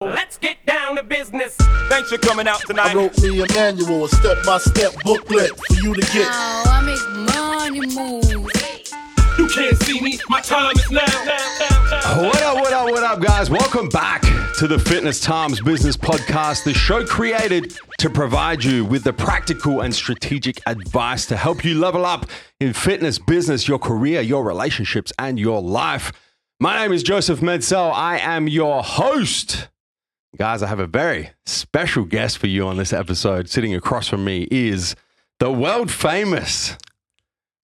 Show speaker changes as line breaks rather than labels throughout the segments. Let's get down to business.
Thanks for coming out tonight.
I wrote me a manual, a step-by-step booklet for you to get.
Oh, I make money moves.
You can't see me. My time is now. now, now, now.
What up, what up, what up, guys? Welcome back to the Fitness Times Business Podcast, the show created to provide you with the practical and strategic advice to help you level up in fitness, business, your career, your relationships, and your life. My name is Joseph Medsell. I am your host. Guys, I have a very special guest for you on this episode. Sitting across from me is the world famous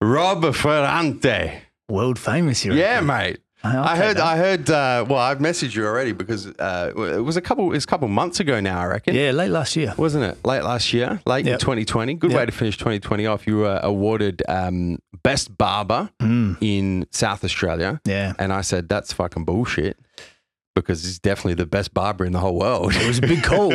Rob Ferrante.
World famous, you
Yeah,
reckon?
mate.
I- I'll
I
take
heard.
that.
I heard. Uh, well, I've messaged you already because uh, it was a couple. It was a couple months ago now. I reckon.
Yeah, late last year.
Wasn't it late last year? Late in
Yep.
2020. Good way
Yep.
to finish 2020 off. You were awarded um, best barber in South Australia,
Mm. Yeah.
and I said that's fucking bullshit because he's definitely the best barber in the whole world.
It was a big call.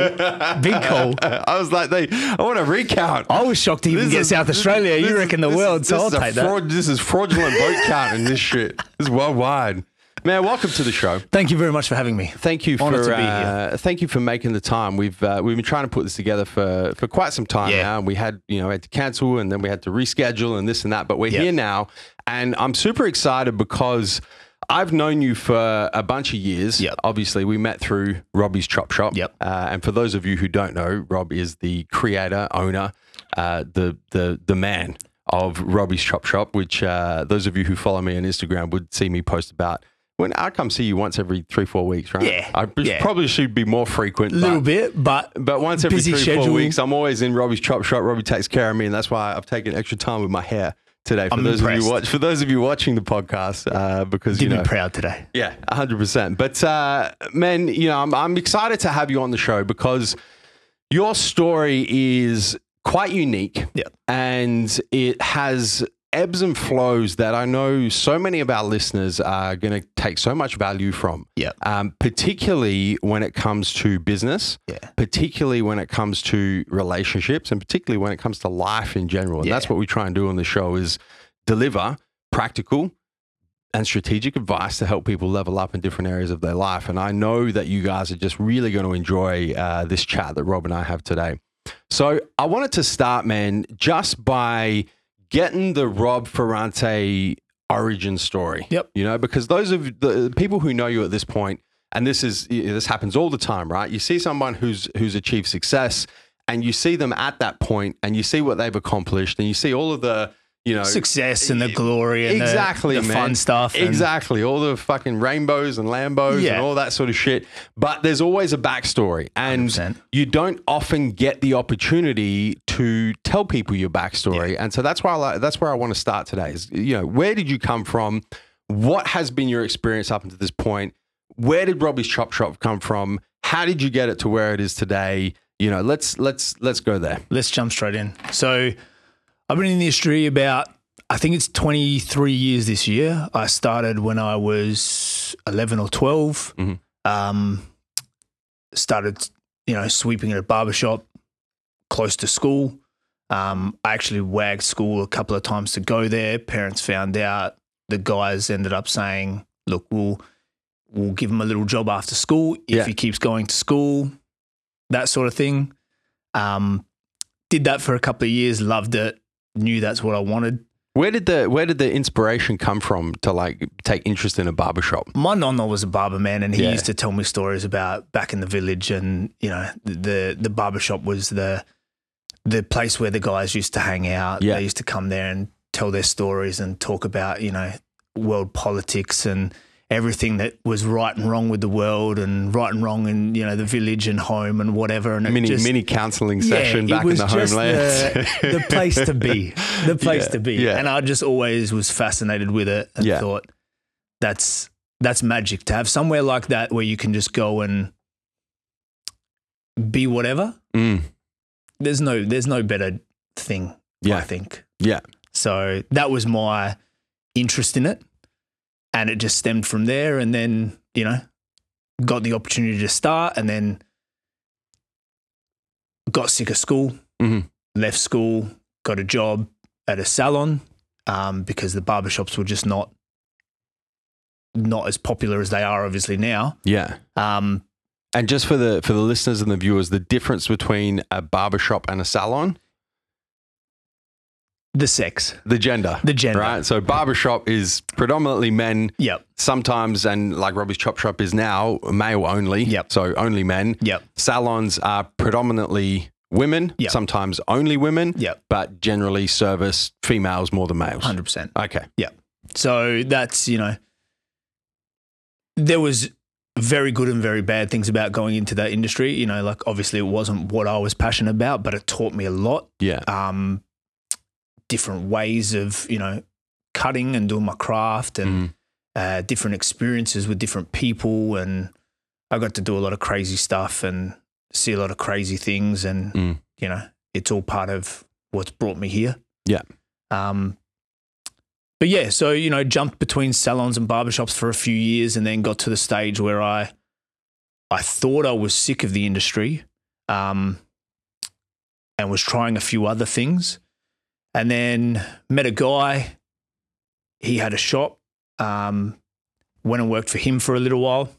big call.
I was like, they. I want to recount.
I was shocked to even
This
get
is-
South
this-
Australia.
this
you
is-
reckon the
this is-
world, so
this
I'll
is a
take that.
fraud- This is fraudulent vote count and this shit. This is worldwide. Man, welcome to the show.
Thank you very much for having me.
Thank you
Honoured
for
to be
uh, thank you for making the time. We've uh, we've been trying to put this together for for quite some time
Yeah.
now. And we had you know had to cancel and then we had to reschedule and this and that. But we're
Yeah.
here now, and I'm super excited because I've known you for a bunch of years.
Yep.
Obviously, we met through Robbie's Chop Shop.
Yep.
Uh, and for those of you who don't know, Rob is the creator, owner, uh, the the the man of Robbie's Chop Shop, which uh, those of you who follow me on Instagram would see me post about. When I come see you once every three four weeks, right?
Yeah,
I pr-
yeah.
probably should be more frequent.
A little
but,
bit, but
But once every
busy
three four
schedule.
weeks, I'm always in Robbie's chop shop. Robbie takes care of me, and that's why I've taken extra time with my hair today. For
I'm
those of
impressed.
you watch, for those of you watching the podcast, uh, because
did
you
me
know,
proud today.
yeah, hundred percent. But uh, man, you know, I'm, I'm excited to have you on the show because your story is quite unique.
Yeah.
and it has ebbs and flows that I know so many of our listeners are going to take so much value from.
Yeah.
um, particularly when it comes to business.
Yeah.
particularly when it comes to relationships, and particularly when it comes to life in general. And
Yeah.
that's what we try and do on the show is deliver practical and strategic advice to help people level up in different areas of their life. And I know that you guys are just really going to enjoy uh, this chat that Rob and I have today. So I wanted to start, man, just by getting the Rob Ferrante origin story.
Yep.
You know, because those of the people who know you at this point, and this is this happens all the time, right? You see someone who's who's achieved success, and you see them at that point, and you see what they've accomplished, and you see all of the you know
Success and the glory and the-
exactly
the,
man.
fun stuff. and-
exactly all the fucking rainbows and lambos
Yeah.
and all that sort of shit but there's always a backstory and
100%.
you don't often get the opportunity to tell people your backstory and so that's why I like, that's where I want to start today is you know where did you come from what has been your experience up until this point where did Robbie's chop shop come from how did you get it to where it is today you know let's let's let's go there
Let's jump straight in. So I've been in the industry about, I think it's 23 years this year. I started when I was 11 or 12.
Mhm.
Um, started, you know, sweeping at a barber shop close to school. Um, I actually wagged school a couple of times to go there. Parents found out. The guys ended up saying, look, we'll, we'll give him a little job after school if
Yeah.
he keeps going to school, that sort of thing. Um, did that for a couple of years, loved it, knew that's what I wanted.
where did the where did the inspiration come from to like take interest in a barbershop
My nonna was a barber man, and he
Yeah.
used to tell me stories about back in the village, and you know the the barber shop was the the place where the guys used to hang out.
Yeah.
They used to come there and tell their stories and talk about you know world politics and everything that was right and wrong with the world and right and wrong in you know the village and home and whatever. And it
mini
Uh, just-
mini counselling
Yeah,
session
it
back in
was
the
just
homeland.
The, the place to be. The place
Yeah,
to be.
yeah.
And I just always was fascinated with it and
Yeah.
thought that's that's magic to have somewhere like that where you can just go and be whatever.
Mm,
There's no there's no better thing, I
Yeah.
think.
yeah,
So that was my interest in it. And it just stemmed from there. And then, you know, got the opportunity to start and then got sick of school,
Mhm.
left school, got a job at a salon um, because the barbershops were just not not as popular as they are obviously now
yeah.
um,
And just for the for the listeners and the viewers, the difference between a barbershop and a salon,
The sex.
the gender.
The gender.
Right? So barbershop is predominantly men.
Yep.
Sometimes and like Robbie's Chop Shop is now male only.
Yep.
So only men.
Yep.
Salons are predominantly women,
Yep.
sometimes only women,
Yep.
but generally service females more than males.
100%.
Okay.
So that's, you know, there was very good and very bad things about going into that industry. You know, like obviously it wasn't what I was passionate about, but it taught me a lot.
Yeah.
Um, different ways of, you know, cutting and doing my craft
Mm.
and uh, different experiences with different people. And I got to do a lot of crazy stuff and see a lot of crazy things. And,
Mm.
you know, it's all part of what's brought me here.
Yeah.
Um, but yeah, so you know, jumped between salons and barbershops for a few years, and then got to the stage where I, I thought I was sick of the industry, um, and was trying a few other things, and then met a guy. He had a shop. Um, went and worked for him for a little while.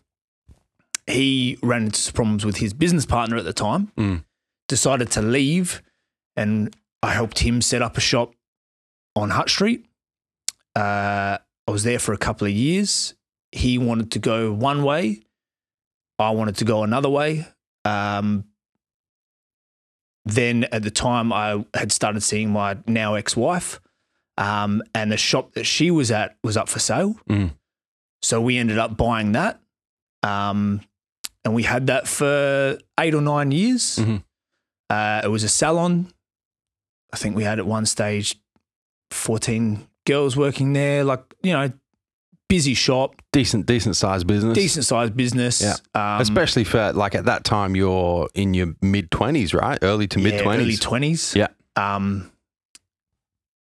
He ran into some problems with his business partner at the time.
Mm.
Decided to leave, and I helped him set up a shop on Hut Street. Uh, I was there for a couple of years. He wanted to go one way. I wanted to go another way. Um, then at the time, I had started seeing my now ex wife, um, and the shop that she was at was up for sale.
Mm.
So we ended up buying that. Um, and we had that for eight or nine years.
Mhm.
Uh, it was a salon. I think we had at one stage 14 girls working there, like, you know, busy shop,
Decent decent sized business.
decent sized business.
Yeah.
Um,
Especially for like at that time you're in your mid twenties, right? Early to
yeah,
mid twenties.
Early 20s.
Yeah.
Um,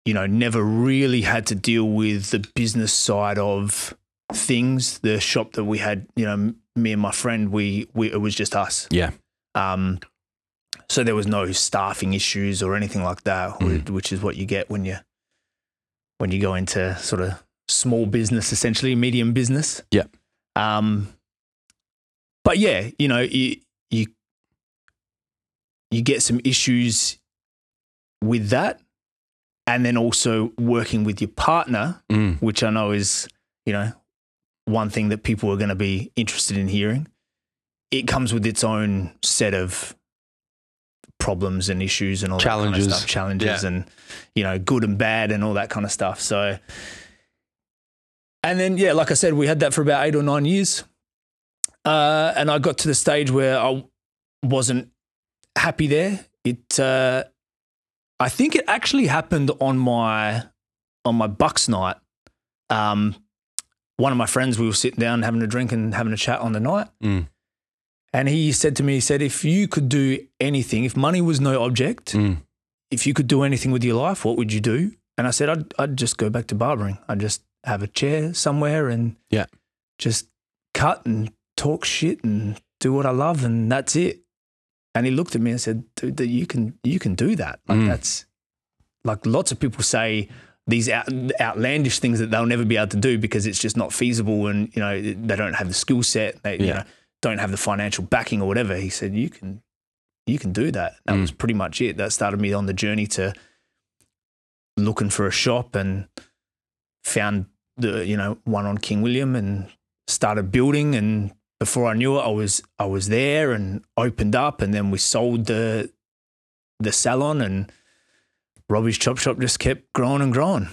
you know, never really had to deal with the business side of things. The shop that we had, you know, m- me and my friend, we, we it was just us.
Yeah.
Um, so there was no staffing issues or anything like that,
Hmm.
whi- which is what you get when you when you go into sort of small business, essentially medium business.
Yeah.
Um, but yeah, you know, you you you get some issues with that, and then also working with your partner,
Mm.
which I know is you know one thing that people are going to be interested in hearing. It comes with its own set of problems and issues and all that kind
Challenges.
of stuff, challenges,
Yeah.
and you know, good and bad and all that kind of stuff. So, and then yeah, like I said, we had that for about eight or nine years, uh, and I got to the stage where I wasn't happy there. It, uh, I think it actually happened on my on my Bucks night. Um, one of my friends, we were sitting down having a drink and having a chat on the night.
Mm.
And he said to me, he said, if you could do anything, if money was no object,
Mm.
if you could do anything with your life, what would you do? And I said, I'd, I'd just go back to barbering. I'd just have a chair somewhere and
Yeah.
just cut and talk shit and do what I love. And that's it. And he looked at me and said, dude, that you can, you can do that. Like
Mm.
that's like lots of people say these out, outlandish things that they'll never be able to do because it's just not feasible. And, you know, they don't have the skill set. They, you
Yeah.
know, don't have the financial backing or whatever. He said, you can, you can do that. That
Mm.
was pretty much it. That started me on the journey to looking for a shop and found the you know one on King William and started building and before I knew it I was I was there and opened up and then we sold the the salon and Robbie's Chop Shop just kept growing and growing.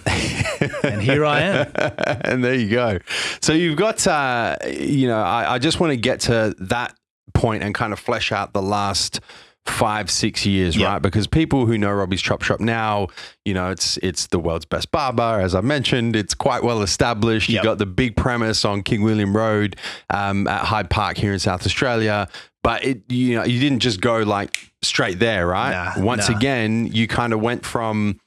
and here I am.
and there you go. So you've got, uh, you know, I, I just want to get to that point and kind of flesh out the last five, six years,
Yeah.
right? Because people who know Robbie's Chop Shop now, you know, it's it's the world's best barber, as I mentioned. It's quite well established. You've
Yep.
got the big premise on King William Road um, at Hyde Park here in South Australia. But it, you know, you didn't just go like straight there, right?
Nah,
Once
nah.
again, you kind of went from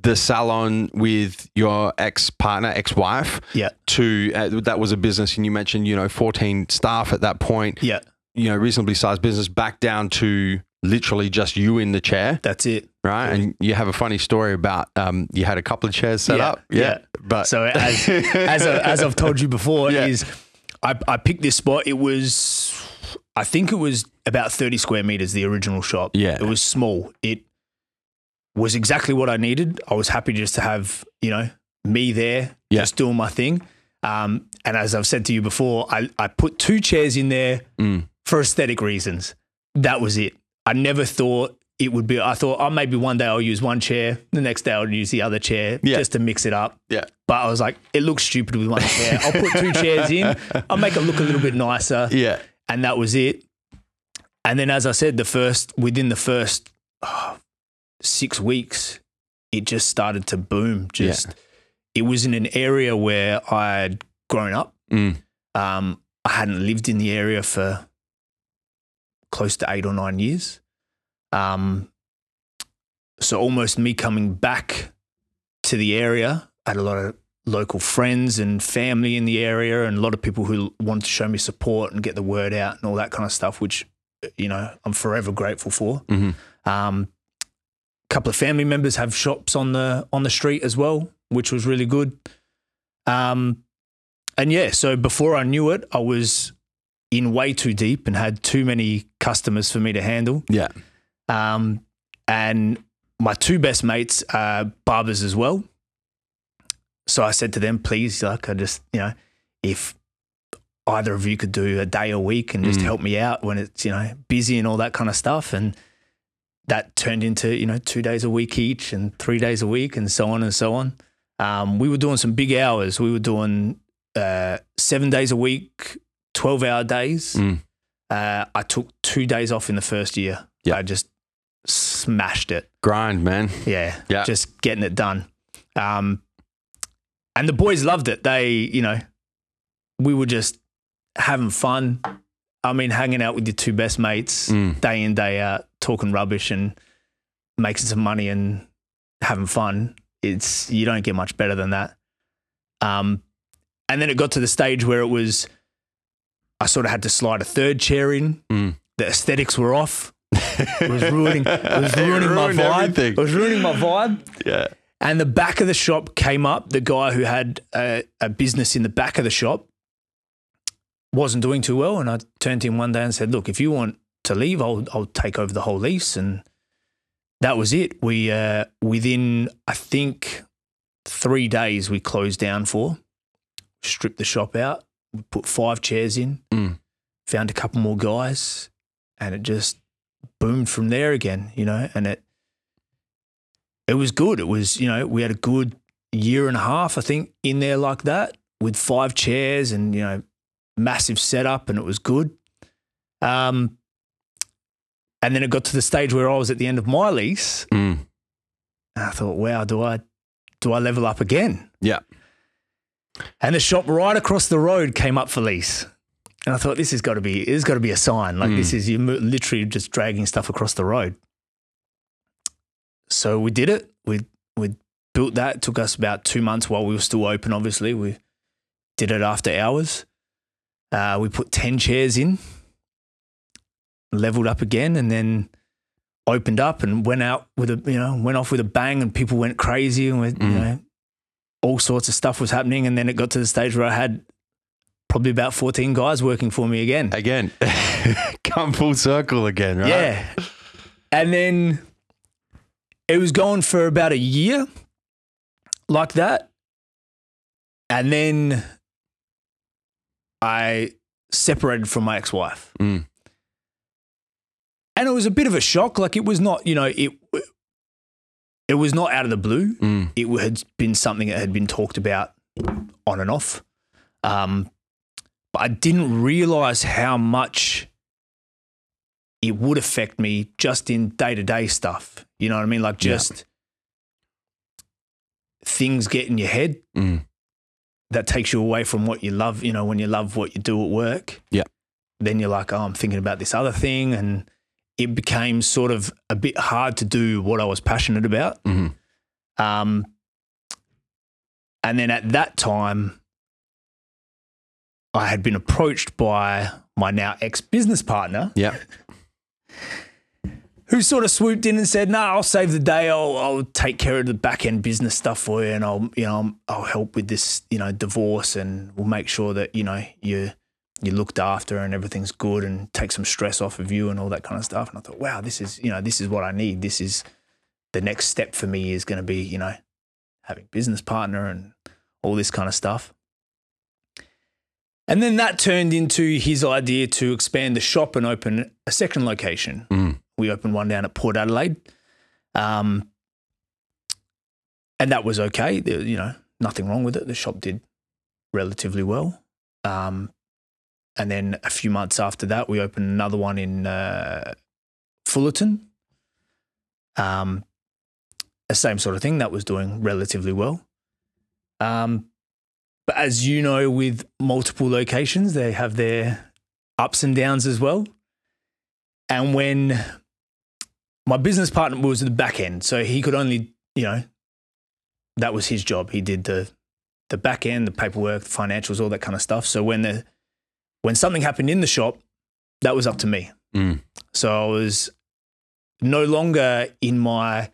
the salon with your ex partner, ex wife.
Yeah.
To uh, that was a business, and you mentioned you know 14 staff at that point.
Yeah.
You know, reasonably sized business. Back down to literally just you in the chair,
That's it.
right? And you have a funny story about um, you had a couple of chairs set
Yeah,
up,
yeah.
But
So uh, as as, I, as I've told you before,
Yeah.
is I, I picked this spot. It was I think it was about 30 square meters, the original shop.
Yeah.
It was small. It was exactly what I needed. I was happy just to have, you know, me there,
Yeah.
just doing my thing. Um, and as I've said to you before, I, I put two chairs in there
Mm.
for aesthetic reasons. That was it. I never thought it would be, I thought, oh, maybe one day I'll use one chair, the next day I'll use the other chair
Yeah.
just to mix it up.
Yeah.
But I was like, it looks stupid with one chair. I'll put two chairs in. I'll make it look a little bit nicer.
Yeah.
And that was it. And then, as I said, the first, within the first oh, six weeks, it just started to boom.
Yeah.
Just, it was in an area where I'd grown up.
Mm.
Um, I hadn't lived in the area for close to eight or nine years. Um, so almost me coming back to the area, I had a lot of local friends and family in the area, and a lot of people who wanted to show me support and get the word out and all that kind of stuff, which you know I'm forever grateful for.
Mhm.
Um, couple of family members have shops on the on the street as well, which was really good. Um, and yeah, so before I knew it, I was in way too deep and had too many customers for me to handle.
Yeah.
Um, and my two best mates are barbers as well. So I said to them, please, like, I just, you know, if either of you could do a day a week and just
Mm.
help me out when it's, you know, busy and all that kind of stuff. And that turned into, you know, two days a week each and three days a week and so on and so on. Um, we were doing some big hours. We were doing uh, seven days a week, 12 hour days.
Mm.
Uh, I took two days off in the first year.
Yeah.
I just smashed it.
Grind, man.
Yeah.
Yeah.
Just getting it done. Um, and the boys loved it. They, you know, we were just having fun. I mean, hanging out with your two best mates
Mm.
day in, day out, talking rubbish and making some money and having fun. It's, you don't get much better than that. Um, and then it got to the stage where it was, I sort of had to slide a third chair in.
Mm.
The aesthetics were off. It was ruining, it was
It
ruining my
ruined
vibe.
everything.
It was ruining my vibe.
Yeah.
And the back of the shop came up. The guy who had a, a business in the back of the shop wasn't doing too well. And I turned to him one day and said, Look, if you want to leave, I'll, I'll take over the whole lease. And that was it. We, uh, within, I think, three days, we closed down for, stripped the shop out, we put five chairs in,
Mm.
found a couple more guys, and it just boomed from there again, you know, and it, it was good. It was, you know, we had a good year and a half, I think, in there like that with five chairs and, you know, massive setup and it was good. Um, and then it got to the stage where I was at the end of my lease
Mm.
and I thought, wow, do I, do I level up again?
Yeah.
And the shop right across the road came up for lease. And I thought, this has got to be, there's got to be a sign. Like this is, you're mo- literally just dragging stuff across the road. So we did it. We, we built that. It took us about two months while we were still open, obviously. We did it after hours. Uh, we put 10 chairs in, leveled up again, and then opened up and went out with a, you know, went off with a bang and people went crazy and we, you know, all sorts of stuff was happening. And then it got to the stage where I had probably about 14 guys working for me again.
Again, come full circle again, right?
Yeah. And then it was going for about a year like that. And then I separated from my ex wife.
Mm.
And it was a bit of a shock. Like it was not, you know, it it was not out of the blue.
Mm.
It had been something that had been talked about on and off. Um, but I didn't realize how much it would affect me just in day to day stuff. You know what I mean? Like
Yeah.
just things get in your head
Mm.
that takes you away from what you love. You know, when you love what you do at work,
Yeah.
then you're like, oh, I'm thinking about this other thing, and it became sort of a bit hard to do what I was passionate about.
Mhm.
Um, and then at that time, I had been approached by my now ex business partner,
Yeah.
who sort of swooped in and said, "No, I'll save the day. I'll, I'll take care of the back end business stuff for you, and I'll, you know, I'll help with this, you know, divorce, and we'll make sure that you know you you're looked after and everything's good and take some stress off of you and all that kind of stuff. And I thought, wow, this is, you know, this is what I need. This is the next step for me is going to be, you know, having business partner and all this kind of stuff. And then that turned into his idea to expand the shop and open a second location.
Mm.
We opened one down at Port Adelaide. Um, and that was okay. There, you know, nothing wrong with it. The shop did relatively well. Um, and then a few months after that, we opened another one in uh, Fullerton. Um, the same sort of thing that was doing relatively well. Um, but as you know, with multiple locations, they have their ups and downs as well. And when my business partner was at the back end, so he could only, you know, that was his job. He did the the back end, the paperwork, the financials, all that kind of stuff. So when the when something happened in the shop, that was up to me.
Mm.
So I was no longer in my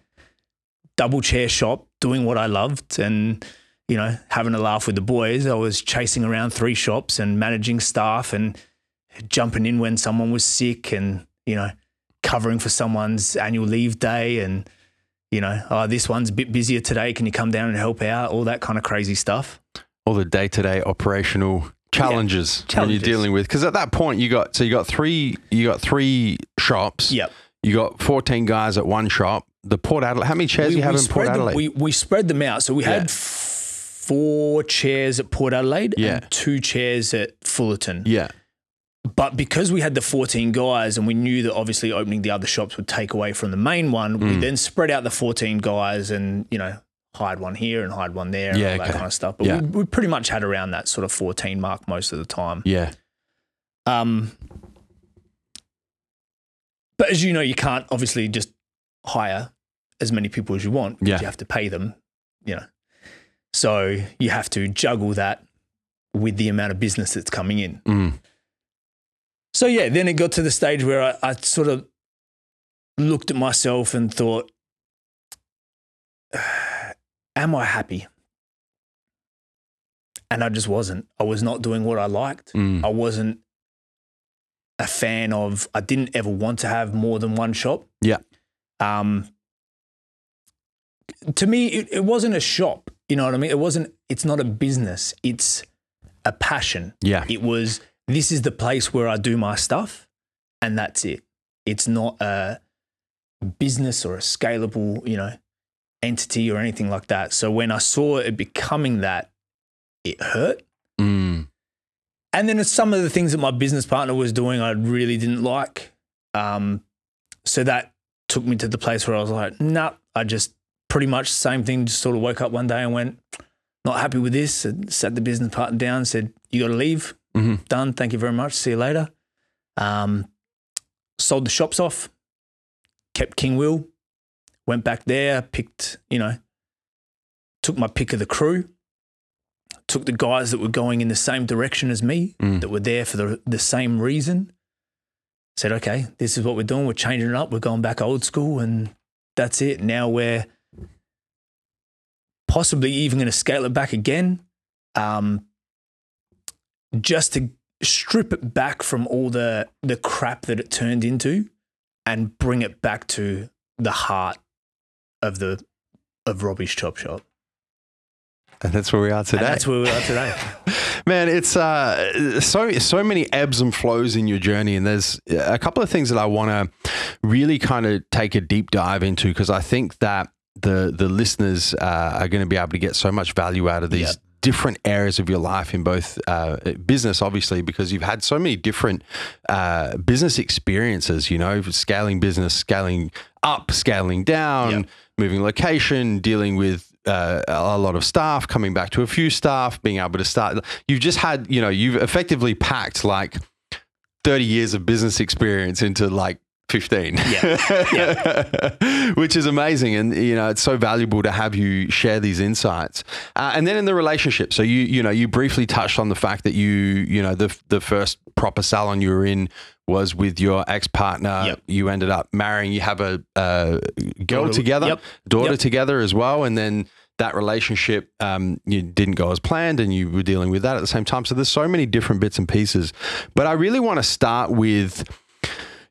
double chair shop doing what I loved and you know having a laugh with the boys. I was chasing around three shops and managing staff and jumping in when someone was sick and you know covering for someone's annual leave day and you know oh this one's a bit busier today can you come down and help out all that kind of crazy stuff
All the day to day operational challenges, when
challenges.
you're dealing with. Because at that point, you got so you got three you got three shops.
Yep.
You got 14 guys at one shop. The Port Adelaide. How many chairs do you have in Port
spread them,
Adelaide?
we, we spread them out. So we had four chairs at Port Adelaide
Yeah.
and two chairs at Fullerton.
yeah.
But because we had the 14 guys and we knew that obviously opening the other shops would take away from the main one,
Mm.
we then spread out the 14 guys and, you know, hired one here and hired one there and
Yeah,
all that
okay.
kind of stuff. But
Yeah.
we, we pretty much had around that sort of 14 mark most of the time.
Yeah.
Um, but as you know, you can't obviously just hire as many people as you want. 'cause
Yeah.
You have to pay them, you know. So you have to juggle that with the amount of business that's coming in.
Mm.
So yeah, then it got to the stage where I, I sort of looked at myself and thought, am I happy? And I just wasn't. I was not doing what I liked.
Mm.
I wasn't a fan of. I didn't ever want to have more than one shop.
Yeah.
Um. To me, it, it wasn't a shop. You know what I mean? It wasn't. It's not a business. It's a passion.
Yeah.
It was. This is the place where I do my stuff, and that's it. It's not a business or a scalable, you know, entity or anything like that. So when I saw it becoming that, it hurt.
Mm.
And then some of the things that my business partner was doing, I really didn't like. Um, so that took me to the place where I was like, nah, I just pretty much same thing, just sort of woke up one day and went, not happy with this. And sat the business partner down, said, you got to leave.
Mhm.
Done. Thank you very much. See you later. Um, sold the shops off, kept King Will, went back there, picked, you know, took my pick of the crew, took the guys that were going in the same direction as me,
Mm.
that were there for the, the same reason. Said, okay, this is what we're doing. We're changing it up. We're going back old school, and that's it. Now we're possibly even going to scale it back again, um, just to strip it back from all the the crap that it turned into, and bring it back to the heart of the of Robbie's Chop Shop.
And that's where we are today.
And that's where we are today.
Man, it's uh, so so many ebbs and flows in your journey, and there's a couple of things that I want to really kind of take a deep dive into because I think that the the listeners uh, are going to be able to get so much value out of these.
Yeah.
Different areas of your life in both uh, business, obviously, because you've had so many different uh, business experiences, you know, scaling business, scaling up, scaling down,
Yeah.
moving location, dealing with uh, a lot of staff, coming back to a few staff, being able to start. You've just had, you know, you've effectively packed like 30 years of business experience into like 15. Which is amazing. And, you know, it's so valuable to have you share these insights. Uh, and then in the relationship. So, you, you know, you briefly touched on the fact that you, you know, the, the first proper salon you were in was with your ex partner.
Yep.
You ended up marrying, you have a, uh girl
Daughter-
together,
yep.
daughter
Yep.
together as well. And then that relationship um, you didn't go as planned and you were dealing with that at the same time. So there's so many different bits and pieces. But I really want to start with,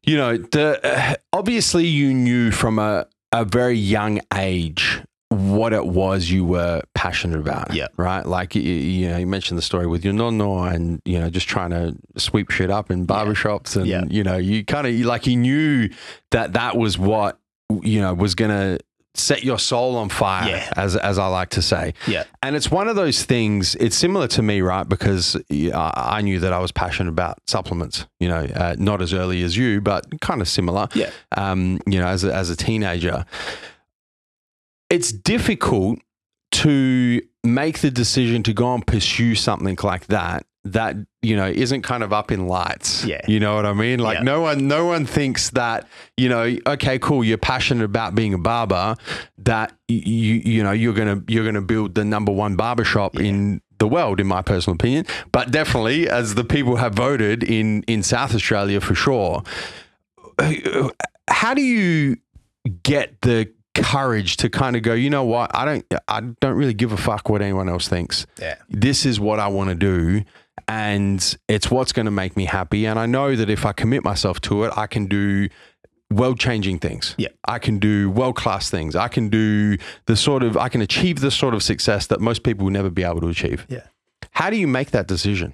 you know, the uh, obviously you knew from a, a very young age what it was you were passionate about.
Yeah.
Right. Like, you, you know, you mentioned the story with your nonno and, you know, just trying to sweep shit up in barbershops. And,
Yeah.
you know, you kind of like you knew that that was what, you know, was going to set your soul on fire,
Yeah.
as, as I like to say.
Yeah.
And it's one of those things, it's similar to me, right? Because yeah, I I knew that I was passionate about supplements, you know, uh, not as early as you, but kind of similar,
Yeah.
um, you know, as a, as a teenager. It's difficult to make the decision to go and pursue something like that that you know isn't kind of up in lights
Yeah.
you know what i mean like
Yeah.
no one no one thinks that you know okay cool you're passionate about being a barber that y- you you know you're gonna you're gonna build the number one barbershop in the world in my personal opinion but definitely as the people have voted in in south australia for sure how do you get the courage to kind of go you know what i don't i don't really give a fuck what anyone else thinks
Yeah.
this is what i want to do and it's what's going to make me happy and i know that if i commit myself to it i can do world changing things
Yeah.
i can do world class things i can do the sort of i can achieve the sort of success that most people will never be able to achieve
Yeah.
how do you make that decision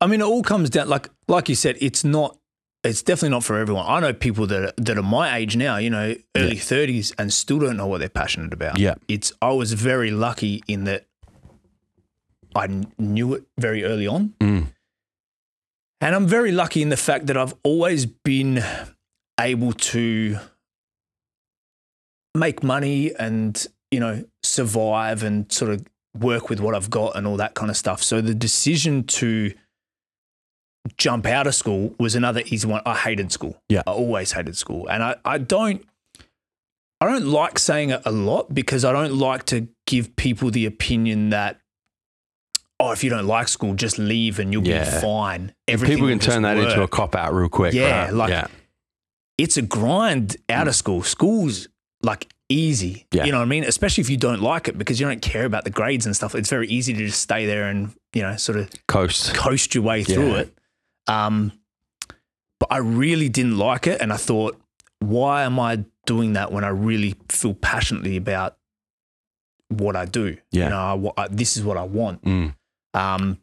I mean, it all comes down like like you said, it's not. It's definitely not for everyone. I know people that are, that are my age now, you know, early thirties, and still don't know what they're passionate about.
Yeah.
it's. I was very lucky in that I kn- knew it very early on, and I'm very lucky in the fact that I've always been able to make money and you know survive and sort of work with what I've got and all that kind of stuff. So the decision to jump out of school was another easy one. I hated school.
Yeah.
I always hated school. And I, I don't I don't like saying it a lot because I don't like to give people the opinion that oh if you don't like school just leave and you'll
Yeah.
be fine. Everything
people
will
can
just
turn that into a
work.
cop out real quick
Yeah,
right?
like- it's a grind out of school. School's like easy.
Mm. Yeah.
You know what I mean? Especially if you don't like it because you don't care about the grades and stuff. It's very easy to just stay there and, you know, sort of
coast
coast your way through
Yeah.
it. Um, but I really didn't like it, and I thought, why am I doing that when I really feel passionately about what I do?
Yeah.
you know, I wa- I, this is what I want.
Mm.
Um,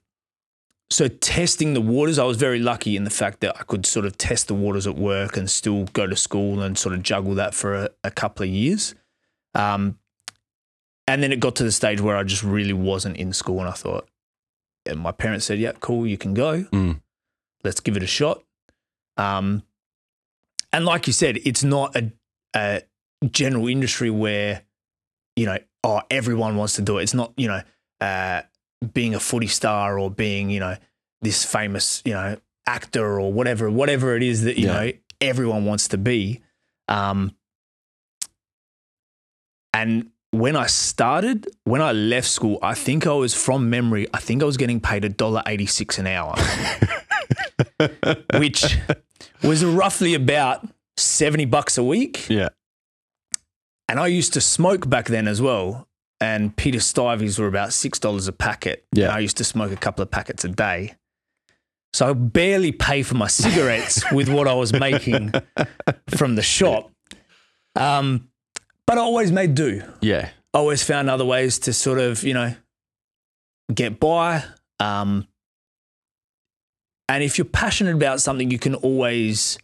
so testing the waters, I was very lucky in the fact that I could sort of test the waters at work and still go to school and sort of juggle that for a, a couple of years. Um, and then it got to the stage where I just really wasn't in school, and I thought, and my parents said, "Yeah, cool, you can go.
Mm.
Let's give it a shot." Um, and like you said, it's not a, a general industry where you know, oh, everyone wants to do it. It's not you know, uh, being a footy star or being you know this famous you know actor or whatever, whatever it is that you
Yeah.
know everyone wants to be. Um, and when I started, when I left school, I think I was from memory, I think I was getting paid $1.86 an hour, which was roughly about 70 bucks a week.
yeah
And I used to smoke back then as well. And Peter Stuyvesants were about $6 a packet.
Yeah.
And I used to smoke a couple of packets a day. So I barely pay for my cigarettes with what I was making from the shop. Um, but I always made do.
yeah
I always found other ways to sort of, you know, get by. Um, and if you're passionate about something, you can always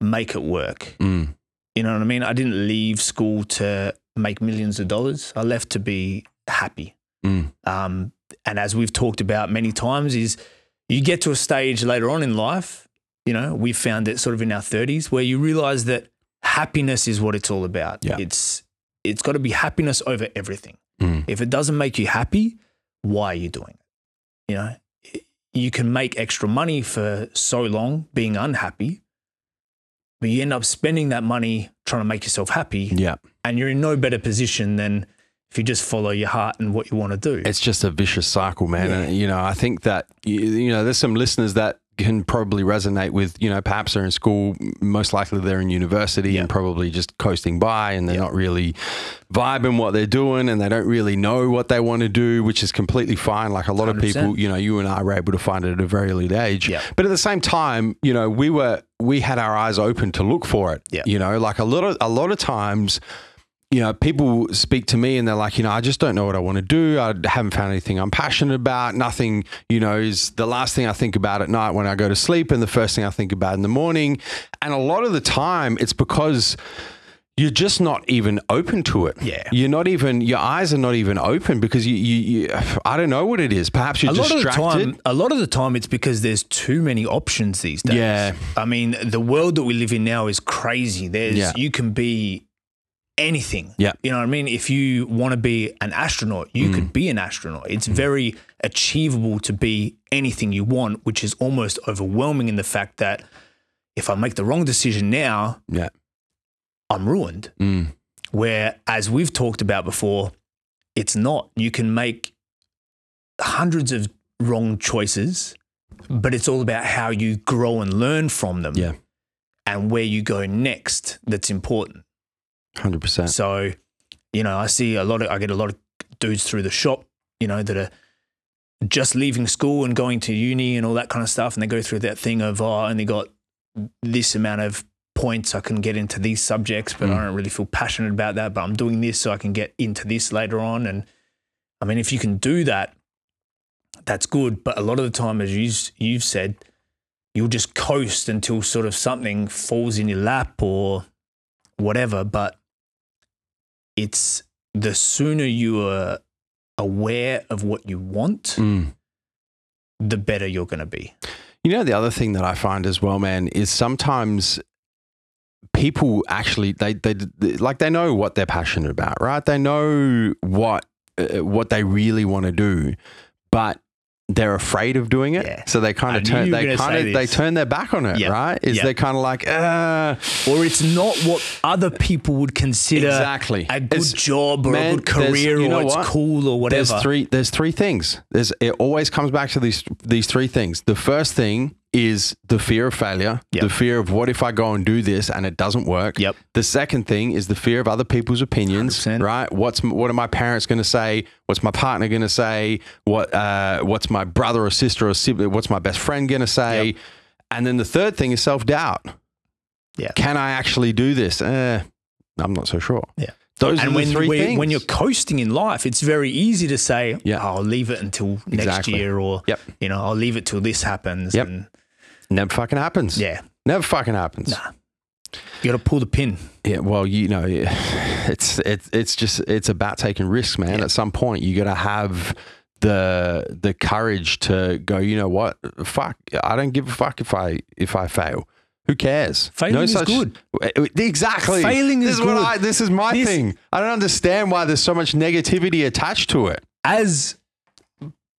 make it work.
Mm.
You know what I mean? I didn't leave school to make millions of dollars. I left to be happy.
Mm.
Um, and as we've talked about many times, is you get to a stage later on in life, you know, we found it sort of in our 30s where you realize that happiness is what it's all about.
Yeah.
It's it's got to be happiness over everything.
Mm.
If it doesn't make you happy, why are you doing it? You know, you can make extra money for so long being unhappy, but you end up spending that money trying to make yourself happy,
yeah
and you're in no better position than if you just follow your heart and what you want to do.
It's just a vicious cycle, man.
Yeah.
And, you know, I think that, you, you know, there's some listeners that can probably resonate with, you know, perhaps they're in school, m- most likely they're in university and probably just coasting by and they're not really vibing what they're doing and they don't really know what they want to do, which is completely fine. Like a lot of
100%.
people, you know, you and I were able to find it at a very late age.
Yeah.
But at the same time, you know, we were we had our eyes open to look for it.
Yeah.
You know, like a lot of a lot of times you know, people speak to me and they're like, you know, I just don't know what I want to do. I haven't found anything I'm passionate about. Nothing, you know, is the last thing I think about at night when I go to sleep and the first thing I think about in the morning. And a lot of the time it's because you're just not even open to it.
Yeah.
You're not even, your eyes are not even open because you, you, you I don't know what it is. Perhaps you're
a lot
distracted.
of the time, a lot of the time, it's because there's too many options these days.
Yeah.
I mean, the world that we live in now is crazy. There's
Yeah.
you can be anything.
Yeah. Mm.
you know what I mean. If you want to be an astronaut, you could be an astronaut. It's very achievable to be anything you want, which is almost overwhelming in the fact that if I make the wrong decision now,
yeah.
I'm ruined.
Mm.
Where, as we've talked about before, it's not. You can make hundreds of wrong choices, but it's all about how you grow and learn from them
Yeah.
and where you go next that's important.
100%.
So, you know, I see a lot of, I get a lot of dudes through the shop, you know, that are just leaving school and going to uni and all that kind of stuff. And they go through that thing of, oh, I only got this amount of points. I can get into these subjects, but I don't really feel passionate about that. But I'm doing this so I can get into this later on. And I mean, if you can do that, that's good. But a lot of the time, as you've, you've said, you'll just coast until sort of something falls in your lap or whatever. But it's the sooner you are aware of what you want,
Mm.
the better you're going to be.
You know, the other thing that I find as well, man, is sometimes people actually they, they they- like they know what they're passionate about, right? They know what uh, what they really want to do, but they're afraid of doing it.
Yeah.
So they kind
I
of
knew
turn
you were
they
gonna
kind
say
of they
this.
turn their back on it,
Yeah.
right? Is
Yeah.
they're kind of like, uh,
Or it's not what other people would consider
Exactly.
a good
It's-
job or
man,
a good
there's-
career
you know
or it's
what?
cool or whatever.
There's three. There's three things. There's it always comes back to these these three things. The first thing is the fear of failure,
Yep.
the fear of what if I go and do this and it doesn't work.
Yep.
The second thing is the fear of other people's opinions.
100%.
Right. What's m- what are my parents going to say? What's my partner going to say? What uh, what's my brother or sister or sibling? What's my best friend going to say?
Yep.
And then the third thing is self doubt.
Yeah.
Can I actually do this? Eh, I'm not so sure.
Yeah.
Those are
and
the
when,
three
when,
things.
when you're coasting in life, it's very easy to say,
Yeah.
oh, I'll leave it until next
Exactly.
year or,
Yep.
you know, I'll leave it till this happens.
Yep.
And
never fucking happens.
yeah,
Never fucking happens.
Nah. you got to pull the pin.
Yeah, well, you know, yeah, it's it's it's just it's about taking risks, man. At some point, you got to have the the courage to go. You know what? Fuck, I don't give a fuck if I if I fail. Who cares?
Failing is good.
Exactly.
Failing
this
is
What
good.
I, this is my
This-
thing. I don't understand why there's so much negativity attached to it.
as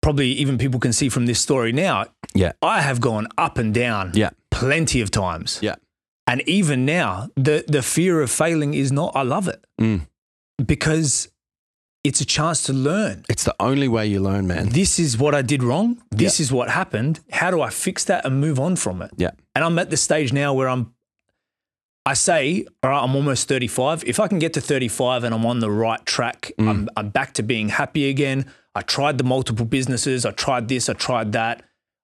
probably even people can see from this story now,
Yeah.
I have gone up and down
Yeah.
plenty of times.
Yeah.
And even now, the the fear of failing is not I love it.
Mm.
Because it's a chance to learn.
It's the only way you learn, man.
This is what I did wrong. This is what happened. How do I fix that and move on from it?
Yeah.
And I'm at the stage now where I'm I say, all right, I'm almost 35. If I can get to 35 and I'm on the right track,
Mm.
I'm, I'm back to being happy again. I tried the multiple businesses, I tried this, I tried that.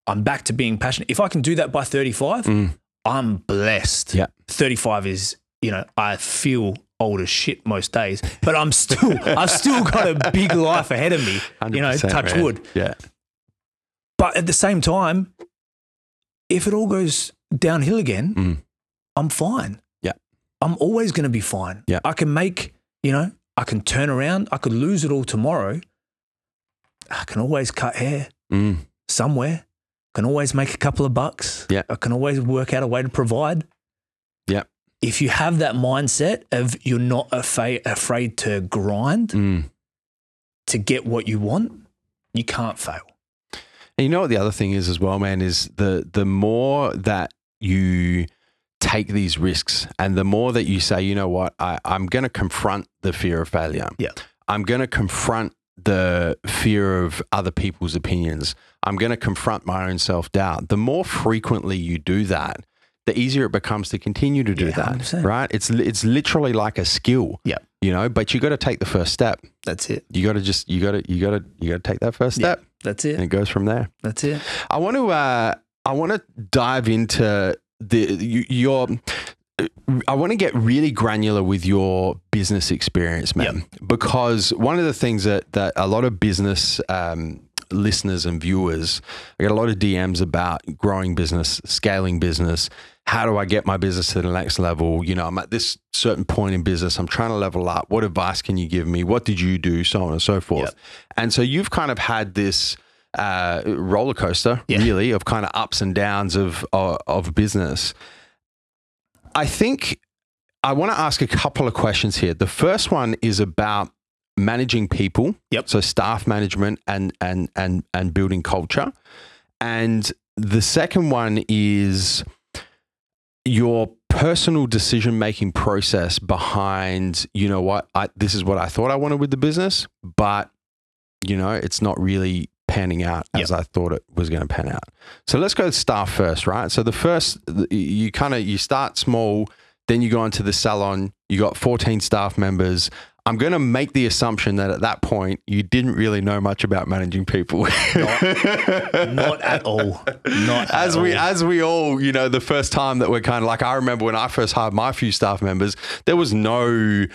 I'm back to being passionate. If I can do that by 35, I'm blessed.
Mm. Yeah.
35 is, you know, I feel old as shit most days, but I'm still, I've still got a big life ahead of me. You know,
100%,
touch
man.
wood.
Yeah.
But at the same time, if it all goes downhill again,
Mm.
I'm fine.
Yeah.
I'm always going to be fine.
Yeah.
I can make, you know, I can turn around. I could lose it all tomorrow. I can always cut hair
Mm.
somewhere. Can always make a couple of bucks.
Yeah.
I can always work out a way to provide.
Yeah.
If you have that mindset of you're not afraid afraid to grind
Mm.
to get what you want, you can't fail.
And you know what the other thing is as well, man, is the the more that you take these risks and the more that you say, you know what, I, I'm gonna confront the fear of failure.
Yeah.
I'm gonna confront the fear of other people's opinions. I'm going to confront my own self doubt. The more frequently you do that, the easier it becomes to continue to do
Yeah,
that,
100%.
right? It's li- it's literally like a skill,
Yep.
you know. But you got to take the first step.
That's it.
You got to just you got to you got to you got to take that first step,
That's
and
it.
it goes from there.
That's it.
I want to uh, I want to dive into the you- your. I want to get really granular with your business experience, man, because one of the things that that a lot of business um, listeners and viewers, I get a lot of DMs about growing business, scaling business. How do I get my business to the next level? You know, I'm at this certain point in business. I'm trying to level up. What advice can you give me? What did you do? So on and so forth. And so you've kind of had this uh, roller coaster,
Yeah.
really, of kind of ups and downs of of, of business. I think I want to ask a couple of questions here. The first one is about managing people,
Yep.
so staff management and and and and building culture, and the second one is your personal decision making process behind you know what I, this is what i thought i wanted with the business but you know it's not really panning out as i thought it was going to pan out so let's go staff first right so the first th- you kind of you start small then you go into the salon you got 14 staff members i'm going to make the assumption that at that point you didn't really know much about managing people
Not at all. Not at
as we
all.
as we all you know the first time that we're kind of like i remember when i first hired my few staff members there was no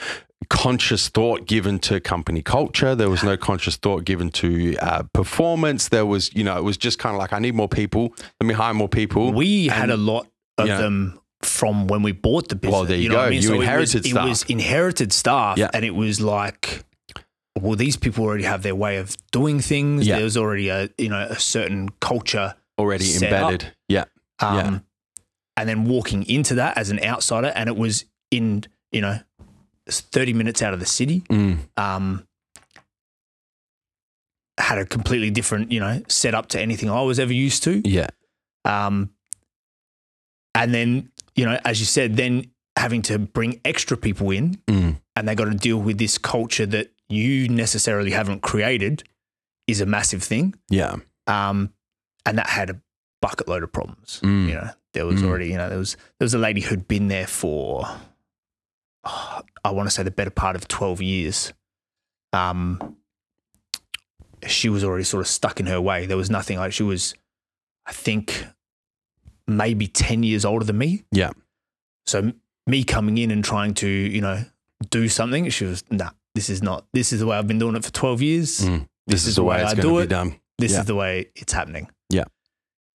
conscious thought given to company culture there was no conscious thought given to uh, performance there was you know it was just kind of like i need more people let me hire more people
we had a lot of
Yeah.
them from when we bought the business.
Well, there you
what
go. You
it was-
inherited
it
staff.
was inherited staff,
Yeah.
and it was like, well, these people already have their way of doing things.
Yeah.
There's already a you know a certain culture,
already
set up.
embedded yeah
um,
Yeah.
and then walking into that as an outsider, and it was in you know thirty minutes out of the city.
Mm.
Um, had a completely different, you know, setup to anything I was ever used to.
yeah
Um, and then, you know, as you said, then having to bring extra people in
Mm.
and they got to deal with this culture that you necessarily haven't created is a massive thing.
yeah
Um, and that had a bucket load of problems.
Mm.
You know, there was
Mm.
already, you know, there was there was a lady who'd been there for oh, I want to say the better part of 12 years. Um, she was already sort of stuck in her way. There was nothing like she was I think maybe 10 years older than me.
Yeah.
So m- me coming in and trying to, you know, do something, she was, nah, this is not, this is the way I've been doing it for 12 years.
Mm. this, is the way, it's
I
going
do
to be
it.
done
This
Yeah.
is the way it's happening.
Yeah.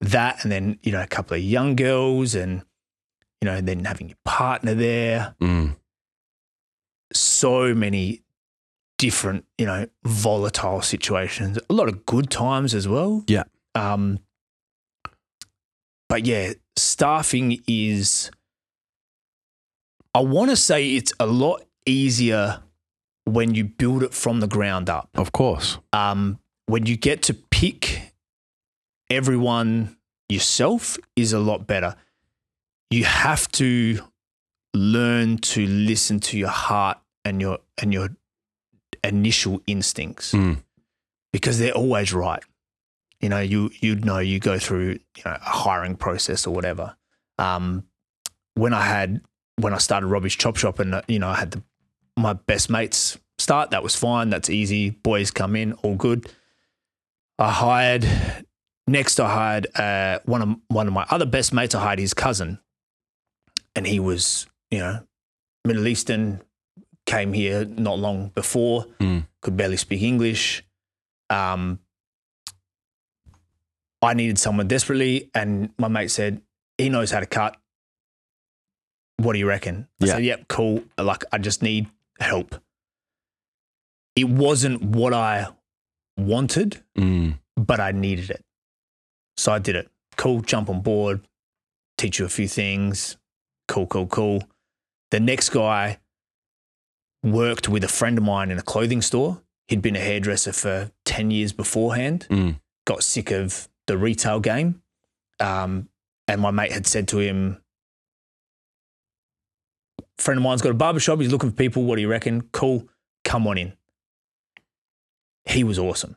That and then, you know, a couple of young girls and, you know, then having your partner there.
Mm.
So many different, you know, volatile situations. A lot of good times as well.
Yeah.
Um, but yeah, staffing is, I want to say it's a lot easier when you build it from the ground up
of course
um, when you get to pick everyone yourself is a lot better. You have to learn to listen to your heart and your and your initial instincts
Mm.
because they're always right. You know, you you'd know you go through you know, a hiring process or whatever. Um, when I had when I started Robbie's Chop Shop and uh, you know I had the my best mates start. That was fine. That's easy. Boys come in, all good. I hired next. I hired uh, one of one of my other best mates. I hired his cousin, and he was you know Middle Eastern. Came here not long before.
Mm.
Could barely speak English. Um, I needed someone desperately, and my mate said he knows how to cut. What do you reckon? I
Yeah.
said, "Yep, cool. Like I just need help." It wasn't what I wanted,
Mm.
but I needed it. So I did it. Cool, jump on board, teach you a few things. Cool, cool, cool. The next guy worked with a friend of mine in a clothing store. He'd been a hairdresser for 10 years beforehand,
Mm.
got sick of the retail game. Um, and my mate had said to him, Friend of mine's got a barber shop. He's looking for people. What do you reckon? Cool. Come on in. he was awesome,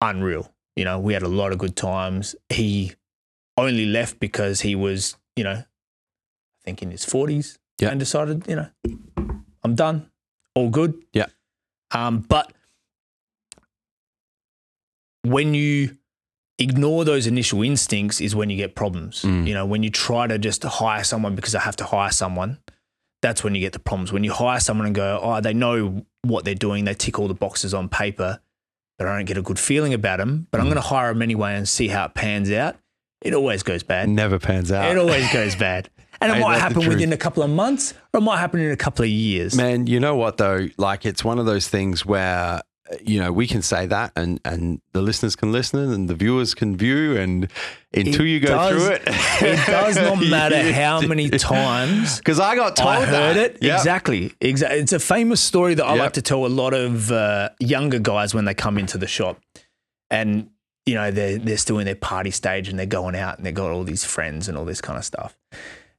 unreal. You know, we had a lot of good times. He only left because he was, you know, I think in his forties,
Yeah.
and decided, you know, I'm done, all good.
Yeah.
Um, but when you ignore those initial instincts is when you get problems.
Mm.
You know, when you try to just hire someone because I have to hire someone, that's when you get the problems. When you hire someone and go, oh, they know what they're doing, they tick all the boxes on paper, but I don't get a good feeling about them,
Mm.
but I'm going to hire them anyway and see how it pans out. It always goes bad.
Never pans out.
It always goes bad. Oh. And it
Ain't
might
that the
happen
truth?
within a couple of months or it might happen in a couple of years.
Man, you know what though? Like it's one of those things where uh, you know we can say that, and and the listeners can listen, and the viewers can view, and until you go
does-
through it,
it does not matter how many times
Because I got told
I heard
that.
it.
Yeah.
Exactly. Exactly. It's a famous story that I
Yep.
like to tell a lot of uh, younger guys when they come into the shop. And, you know, they're, they're still in their party stage and they're going out and they've got all these friends and all this kind of stuff.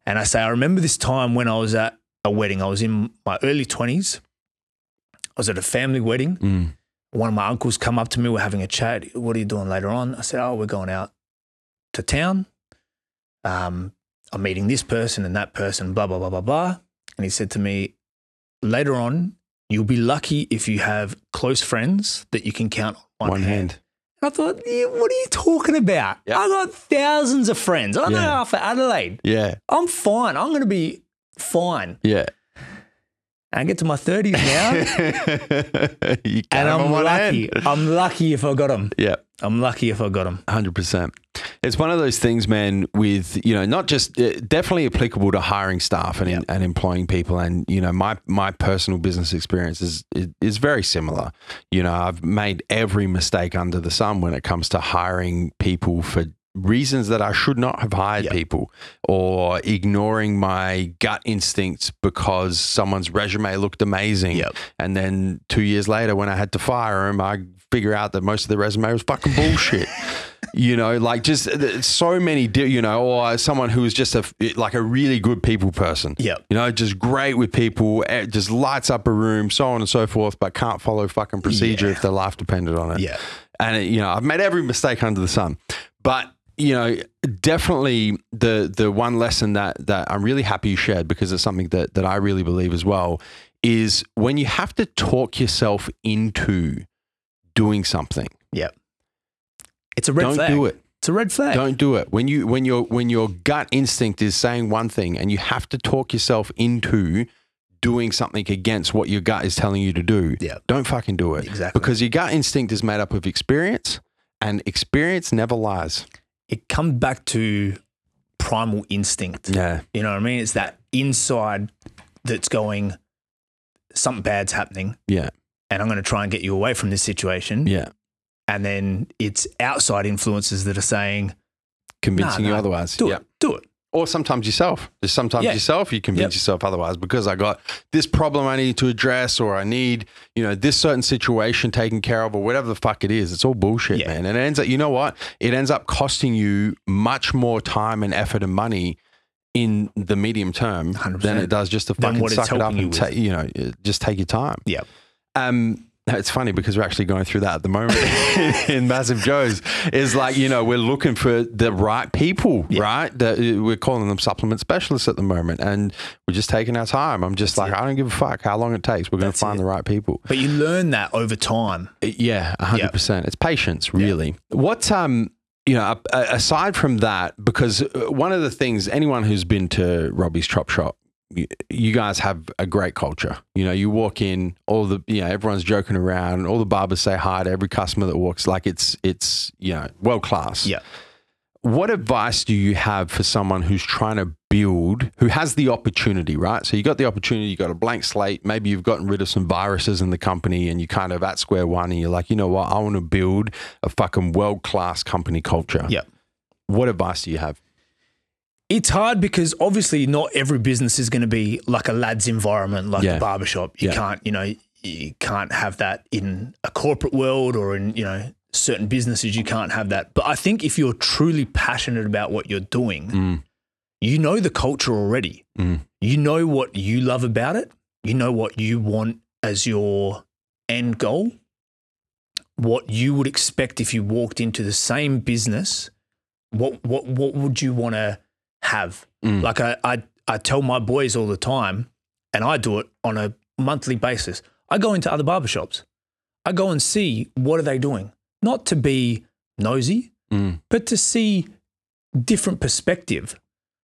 And I say, I remember this time when I was at a wedding. I was in my early 20s. I was at a family wedding.
Mm.
One of my uncles come up to me. We're having a chat. What are you doing later on? I said, oh, we're going out to town. Um, I'm meeting this person and that person, blah, blah, blah, blah, blah. And he said to me, later on, you'll be lucky if you have close friends that you can count on one,
One, hand.
And I thought, yeah, what are you talking about?
Yeah.
I got thousands of friends. I know
Yeah.
half of Adelaide.
Yeah.
I'm fine. I'm going to be fine.
Yeah.
And I get to my 30s now
you count
and
'em on
I'm
one
lucky.
hand.
I'm lucky if I got them.
Yeah.
I'm lucky if I got them.
Hundred percent. It's one of those things, man. With you know, not just uh, definitely applicable to hiring staff and, and employing people. And you know, my my personal business experience is is- is very similar. You know, I've made every mistake under the sun when it comes to hiring people for reasons that I should not have hired people, or ignoring my gut instincts because someone's resume looked amazing.
Yep.
And then two years later, when I had to fire him, I figure out that most of the resume was fucking bullshit. you know, like just th- so many, di- you know, or someone who is just a f- like a really good people person.
Yep.
You know, just great with people, eh, just lights up a room, so on and so forth, but can't follow fucking procedure if their life depended on it.
Yeah.
And, it- you know, I've made every mistake under the sun. But, you know, definitely the the one lesson that that I'm really happy you shared because it's something that that I really believe as well is when you have to talk yourself into doing something.
Yep. It's a red
don't
flag.
do it.
It's a red flag.
Don't do it. When you when your when your gut instinct is saying one thing and you have to talk yourself into doing something against what your gut is telling you to do.
Yeah.
Don't fucking do it.
Exactly.
Because your gut instinct is made up of experience and experience never lies.
It comes back to primal instinct.
Yeah.
You know what I mean? It's that inside that's going, something bad's happening,
Yeah.
and I'm going to try and get you away from this situation.
Yeah.
And then it's outside influences that are saying,
Convincing
Nah,
you
nah,
otherwise.
do
yeah.
it, do it.
Or sometimes yourself. There's sometimes
Yeah.
yourself you convince
Yep.
yourself otherwise because I got this problem I need to address or I need, you know, this certain situation taken care of or whatever the fuck it is. It's all bullshit,
Yeah.
man. And it ends up you know what? It ends up costing you much more time and effort and money in the medium term than
100%.
it does just to
Than
fucking
what it's
suck it up
helping you
and
with.
take you know, uh, just take your time.
Yeah.
Um, it's funny because we're actually going through that at the moment in Massive Joe's. Is like you know we're looking for the right people, right? The, we're calling them supplement specialists at the moment, and we're just taking our time. I'm just like, I don't give a fuck how long it takes. We're going to
That's
find
it.
the right people.
But you learn that over time.
Yeah, hundred percent. It's patience, really. What um, you know, a- a- aside from that, because uh, one of the things anyone who's been to Robbie's Chop Shop, you, you guys have a great culture. You know, you walk in, all the you know, everyone's joking around, all the barbers say hi to every customer that walks. Like it's it's you know, world class.
Yeah.
What advice do you have for someone who's trying to build, who has the opportunity, right? So you got the opportunity, you got a blank slate, maybe you've gotten rid of some viruses in the company and you kind of at square one and you're like, you know what, I want to build a fucking world class company culture.
Yeah.
What advice do you have?
It's hard because obviously not every business is going to be like a lad's environment, like
Yeah.
a barbershop. You
Yeah.
can't, you know, you can't have that in a corporate world or in, you know, certain businesses. You can't have that. But I think if you're truly passionate about what you're doing,
Mm.
you know the culture already.
Mm.
You know what you love about it. You know what you want as your end goal. what you would expect if you walked into the same business, what what what would you want to have? Like I, I I tell my boys all the time, and I do it on a monthly basis. I go into other barbershops. I go and see what are they doing. Not to be nosy, but to see different perspective.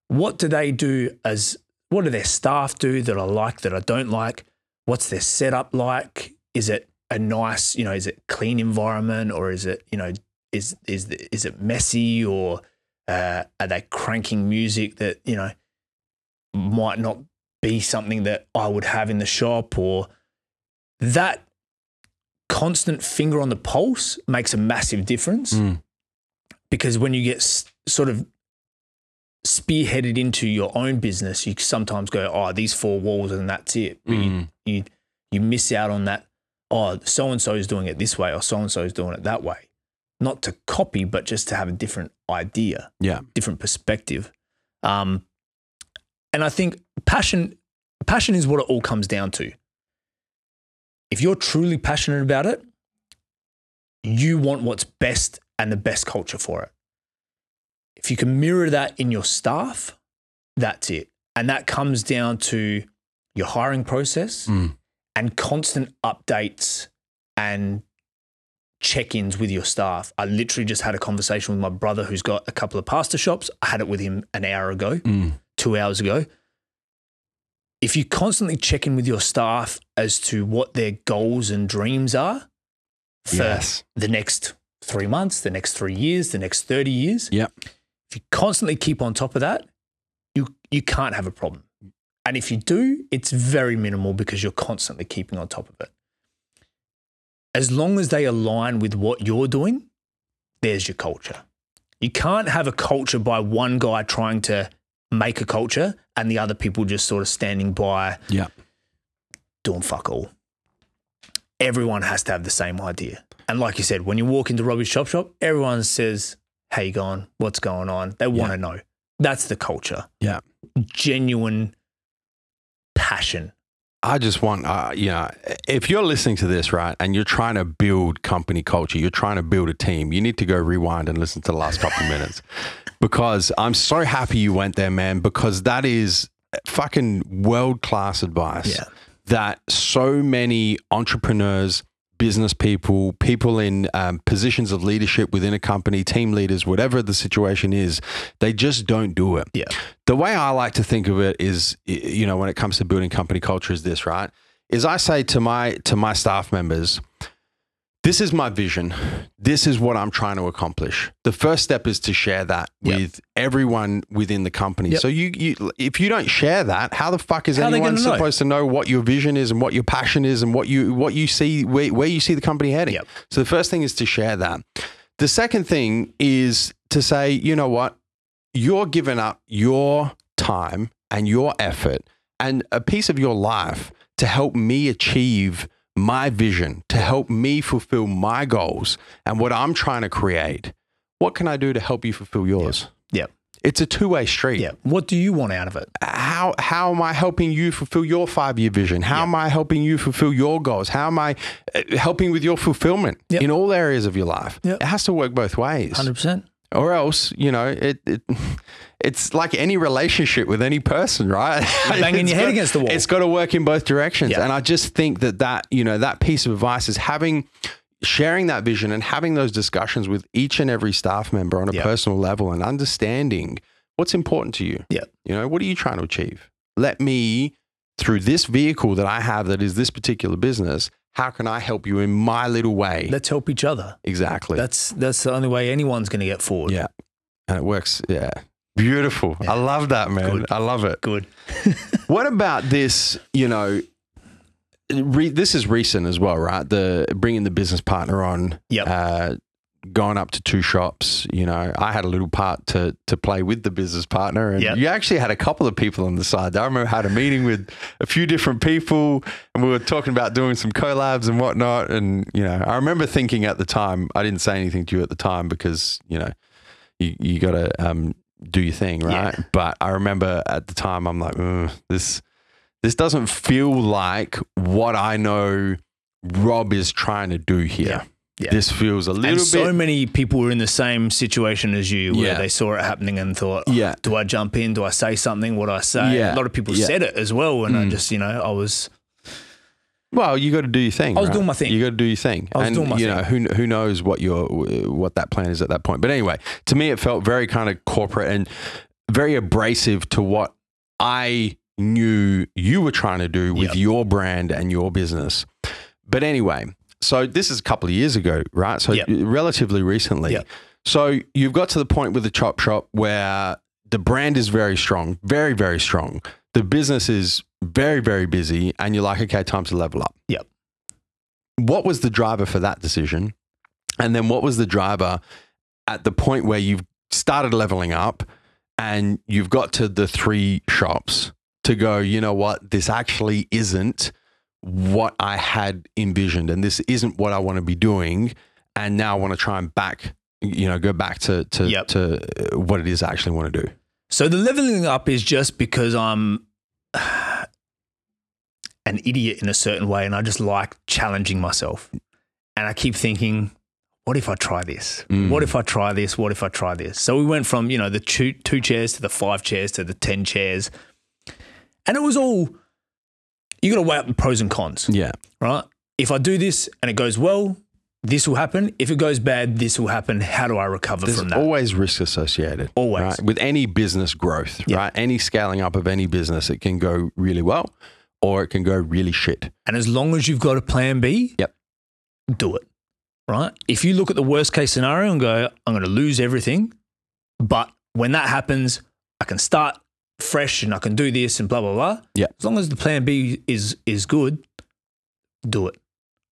What do they do as what do their staff do that I like that I don't like? What's their setup like? Is it a nice, you know, is it clean environment or is it, you know, is is the, is it messy or uh, are they cranking music that you know might not be something that I would have in the shop or that constant finger on the pulse makes a massive difference because when you get s- sort of spearheaded into your own business, you sometimes go, "Oh, these four walls and that's it." But you, you you miss out on that. Oh, so and so is doing it this way, or so and so is doing it that way. Not to copy, but just to have a different idea
Yeah.
different perspective. Um, and I think passion, passion is what it all comes down to. If you're truly passionate about it, you want what's best and the best culture for it. If you can mirror that in your staff, that's it. And that comes down to your hiring process
Mm.
and constant updates and check-ins with your staff. I literally just had a conversation with my brother who's got a couple of pasta shops. I had it with him an hour ago,
Mm.
two hours ago. If you constantly check in with your staff as to what their goals and dreams are for
Yes.
the next three months, the next three years, the next 30 years,
Yep.
if you constantly keep on top of that, you you can't have a problem. And if you do, it's very minimal because you're constantly keeping on top of it. As long as they align with what you're doing, there's your culture. You can't have a culture by one guy trying to make a culture and the other people just sort of standing by
Yeah.
doing fuck all. Everyone has to have the same idea. And like you said, when you walk into Robbie's Chop Shop, everyone says, How you going? What's going on? They want to know. That's the culture.
Yeah.
Genuine passion.
I just want, uh, you know, if you're listening to this, right, and you're trying to build company culture, you're trying to build a team, you need to go rewind and listen to the last couple of minutes because I'm so happy you went there, man, because that is fucking world class advice
Yeah.
that so many entrepreneurs, business people, people in um, positions of leadership within a company, team leaders, whatever the situation is, they just don't do it
Yeah.
the way I like to think of it is, y- you know, when it comes to building company culture, is this right? Is I say to my to my staff members, this is my vision. This is what I'm trying to accomplish. The first step is to share that
Yep.
with everyone within the company.
Yep.
So you, you, if you don't share that, how the fuck is
How are they
anyone
gonna know?
supposed to know what your vision is and what your passion is and what you what you see where, where you see the company heading?
Yep.
So the first thing is to share that. The second thing is to say, you know what, you're giving up your time and your effort and a piece of your life to help me achieve my vision, to help me fulfill my goals and what I'm trying to create. What can I do to help you fulfill yours?
Yeah.
It's a two-way street.
Yeah. What do you want out of it?
How how am I helping you fulfill your five-year vision? How am I helping you fulfill your goals? How am I uh, helping with your fulfillment
Yep.
in all areas of your life?
Yep.
It has to work both ways
100%.
or else you know it, it it's like any relationship with any person right
banging
It's
your head
got-
against the wall.
it's got to work in both directions
Yeah.
and i just think that that you know that piece of advice is having sharing that vision and having those discussions with each and every staff member on a
Yeah.
personal level and understanding what's important to you
Yeah.
you know what are you trying to achieve let me through this vehicle that i have that is this particular business how can i help you in my little way
Let's help each other.
exactly
That's that's the only way anyone's going to get forward.
yeah. And it works. Yeah. Beautiful. I love that, man. I love it.
Good.
What about this, you know, re- this is recent as well, right? The bringing the business partner on,
Yep.
uh, going up to two shops, you know, I had a little part to to play with the business partner and
Yep.
you actually had a couple of people on the side. I remember I had a meeting with a few different people and we were talking about doing some collabs and whatnot. And, you know, I remember thinking at the time, I didn't say anything to you at the time because, you know, you, you got to um, do your thing, right? But I remember at the time, I'm like, "Ugh, this this doesn't feel like what I know Rob is trying to do here.
Yeah.
This feels a little
and
bit.
so many people were in the same situation as you, where
Yeah.
they saw it happening and thought, oh,
Yeah.
"Do I jump in? Do I say something? What do I say?"
Yeah.
A lot of people
Yeah. Mm.
said it as well, and I just, you know, I was
Well, you got to do your thing.
I was
right?
doing my thing.
You got to do your thing.
I was
and
doing my
you know who who knows what your what that plan is at that point. But anyway, to me, it felt very kind of corporate and very abrasive to what I knew you were trying to do with
Yep.
your brand and your business. But anyway, so this is a couple of years ago, right? So
Yep.
relatively recently.
Yep.
So you've got to the point with the chop shop where the brand is very strong, very very strong. The business is very very busy, and you're like, okay, time to level up
Yep.
what was the driver for that decision? And then what was the driver at the point where you've started leveling up and you've got to the three shops to go, you know what, this actually isn't what I had envisioned and this isn't what I want to be doing. And now I want to try and back, you know, go back to, to,
Yep.
to uh, what it is I actually want to do.
So the leveling up is just because I'm an idiot in a certain way and I just like challenging myself. And I keep thinking, what if I try this? What if I try this? What if I try this? So we went from, you know, the two, two chairs to the five chairs to the 10 chairs. And it was all, you got to weigh up the pros and cons
Yeah.
right? If I do this and it goes well, this will happen. If it goes bad, this will happen. How do I recover
There's
from that?
always risk associated.
Always.
right? With any business growth,
Yeah.
right? Any scaling up of any business, it can go really well or it can go really shit.
and as long as you've got a plan B,
Yep.
do it, right? If you look at the worst case scenario and go, I'm going to lose everything, but when that happens, I can start fresh and I can do this and blah blah blah.
Yeah.
As long as the plan B is is good, do it.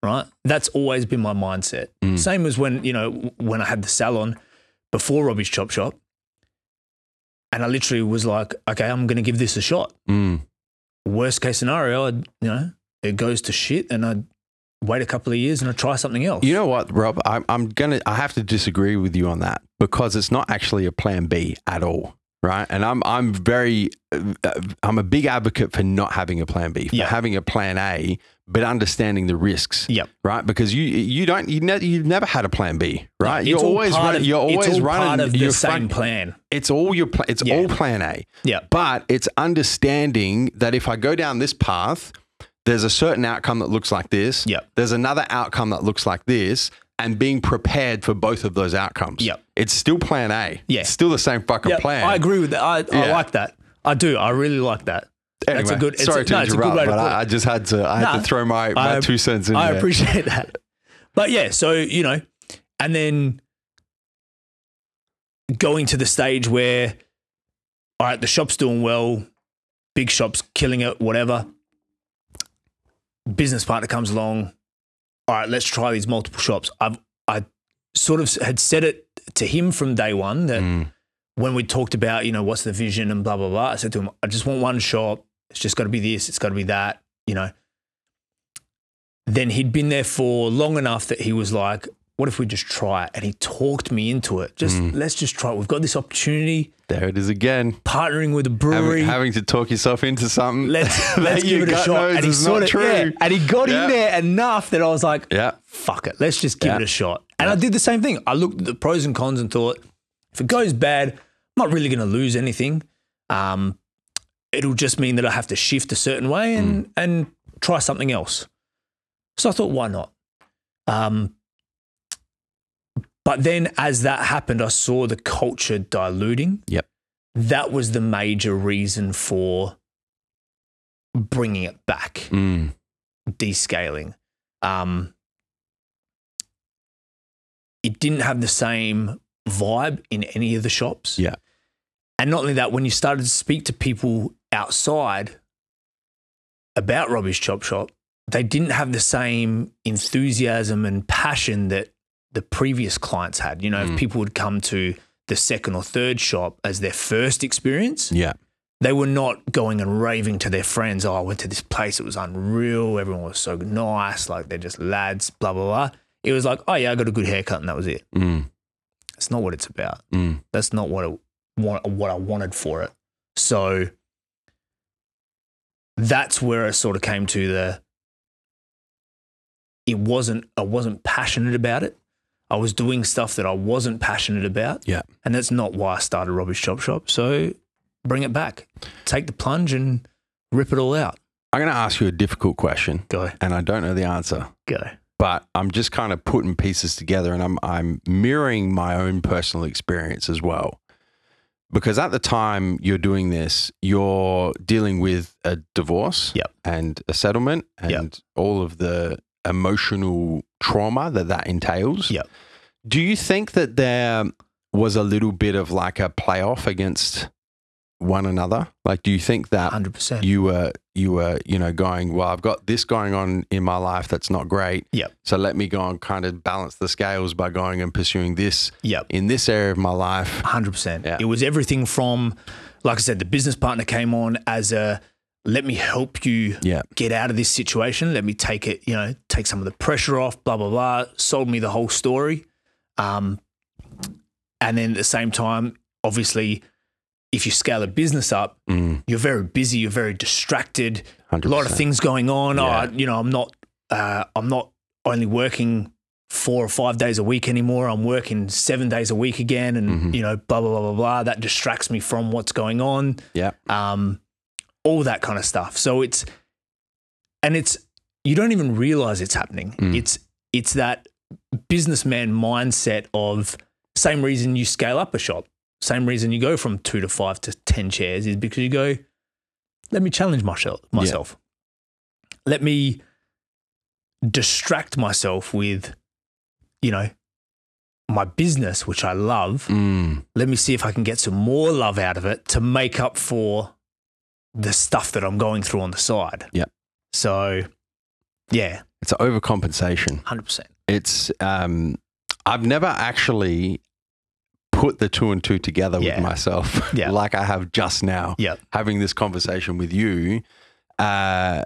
Right? That's always been my mindset. Same as when, you know, when I had the salon before Robbie's Chop Shop. And I literally was like, okay, I'm going to give this a shot.
Mm.
Worst case scenario, I, you know, it goes to shit and I wait a couple of years and I try something else.
You know what, Rob? I'm, I'm going to, I have to disagree with you on that because it's not actually a plan B at all. Right. And I'm, I'm very, uh, I'm a big advocate for not having a plan B, for
Yeah.
having a plan A, but understanding the risks.
Yep.
Right. Because you, you don't, you ne- you've never had a plan B, right?
It's
you're
all
always,
part
run,
of-
you're
it's
always
all
running
part of
your
the same
front-
plan.
It's all your plan. It's
Yeah.
all plan A.
Yeah.
But it's understanding that if I go down this path, there's a certain outcome that looks like this.
Yep.
There's another outcome that looks like this, and being prepared for both of those outcomes.
Yep.
It's still plan A.
Yeah.
It's still the same fucking
Yeah,
plan.
I agree with that. I, I
Yeah.
like that. I do. I really like that.
Anyway,
That's a good. It's
sorry
a,
to
no, it's a
interrupt,
good way to
but
put
I, I
it.
just had to. I had
Nah,
to throw my, my
I-
two cents in
I
there.
appreciate that. But yeah, so you know, and then going to the stage where, all right, the shop's doing well, big shop's killing it, whatever. Business partner comes along. All right, let's try these multiple shops. I've I sort of had said it to him from day one that
Mm.
when we talked about, you know, what's the vision and blah, blah, blah, I said to him, I just want one shop. It's just got to be this. It's got to be that, you know. Then he'd been there for long enough that he was like, what if we just try it? And he talked me into it. Just
Mm.
let's just try it. We've got this opportunity
There it is again.
partnering with a
Having,
brewery.
having to talk yourself into something.
let's
that
let's
your
give it a
gut
shot.
knows
And he
is
sort
not
of,
true.
yeah, and he got
Yeah.
in there enough that I was like,
Yeah.
fuck it, let's just give
Yeah.
it a shot. And I did the same thing. I looked at the pros and cons and thought, if it goes bad, I'm not really going to lose anything. Um, it'll just mean that I have to shift a certain way and and try something else. So I thought, why not? Um, but then as that happened, I saw the culture diluting.
Yep.
That was the major reason for bringing it back
Mm.
descaling. Um, it didn't have the same vibe in any of the shops.
Yeah.
And not only that, when you started to speak to people outside about Robbie's Chop Shop, they didn't have the same enthusiasm and passion that the previous clients had. You know, if people would come to the second or third shop as their first experience,
Yeah.
they were not going and raving to their friends. Oh, I went to this place. It was unreal. Everyone was so nice. Like they're just lads, blah, blah, blah. It was like, oh, yeah, I got a good haircut and that was it.
Mm.
It's not what it's about.
Mm.
That's not what, it, what, what I wanted for it. So that's where I sort of came to the it wasn't I wasn't passionate about it. I was doing stuff that I wasn't passionate about.
Yeah.
And that's not why I started Robbie's Chop Shop. So bring it back. Take the plunge and rip it all out.
I'm going to ask you a difficult question,
Go.
and I don't know the answer,
Go.
but I'm just kind of putting pieces together, and I'm I'm mirroring my own personal experience as well, because at the time you're doing this, you're dealing with a divorce,
Yep.
and a settlement, and
Yep.
all of the emotional trauma that that entails.
Yep.
Do you think that there was a little bit of like a playoff against one another? Like, do you think that
hundred percent.
you were you were you know going well i've got this going on in my life that's not great
Yep.
so let me go and kind of balance the scales by going and pursuing this
Yep.
in this area of my life
hundred percent.
Yeah.
It was everything from, like I said, the business partner came on as a let me help you
Yeah.
get out of this situation. Let me take it, you know, take some of the pressure off. Blah blah blah. Sold me the whole story, um, and then at the same time, obviously, if you scale a business up,
Mm,
you're very busy, you're very distracted, a
100%.
lot of things going on. Oh,
Yeah.
I- you know, I'm not, uh, I'm not only working four or five days a week anymore. I'm working seven days a week again, and
Mm-hmm.
you know, blah blah blah blah blah. That distracts me from what's going on
yeah
um, all that kind of stuff. So it's, and it's, you don't even realize it's happening. It's, it's that businessman mindset of same reason you scale up a shop, same reason you go from two to five to 10 chairs is because you go, let me challenge myself, myself. Let me distract myself with, you know, my business, which I love,
Mm,
let me see if I can get some more love out of it to make up for the stuff that I'm going through on the side.
Yeah.
So, yeah,
it's overcompensation
100%.
it's um i've never actually put the two and two together
Yeah.
with myself
Yeah.
like i have just now
Yeah.
having this conversation with you uh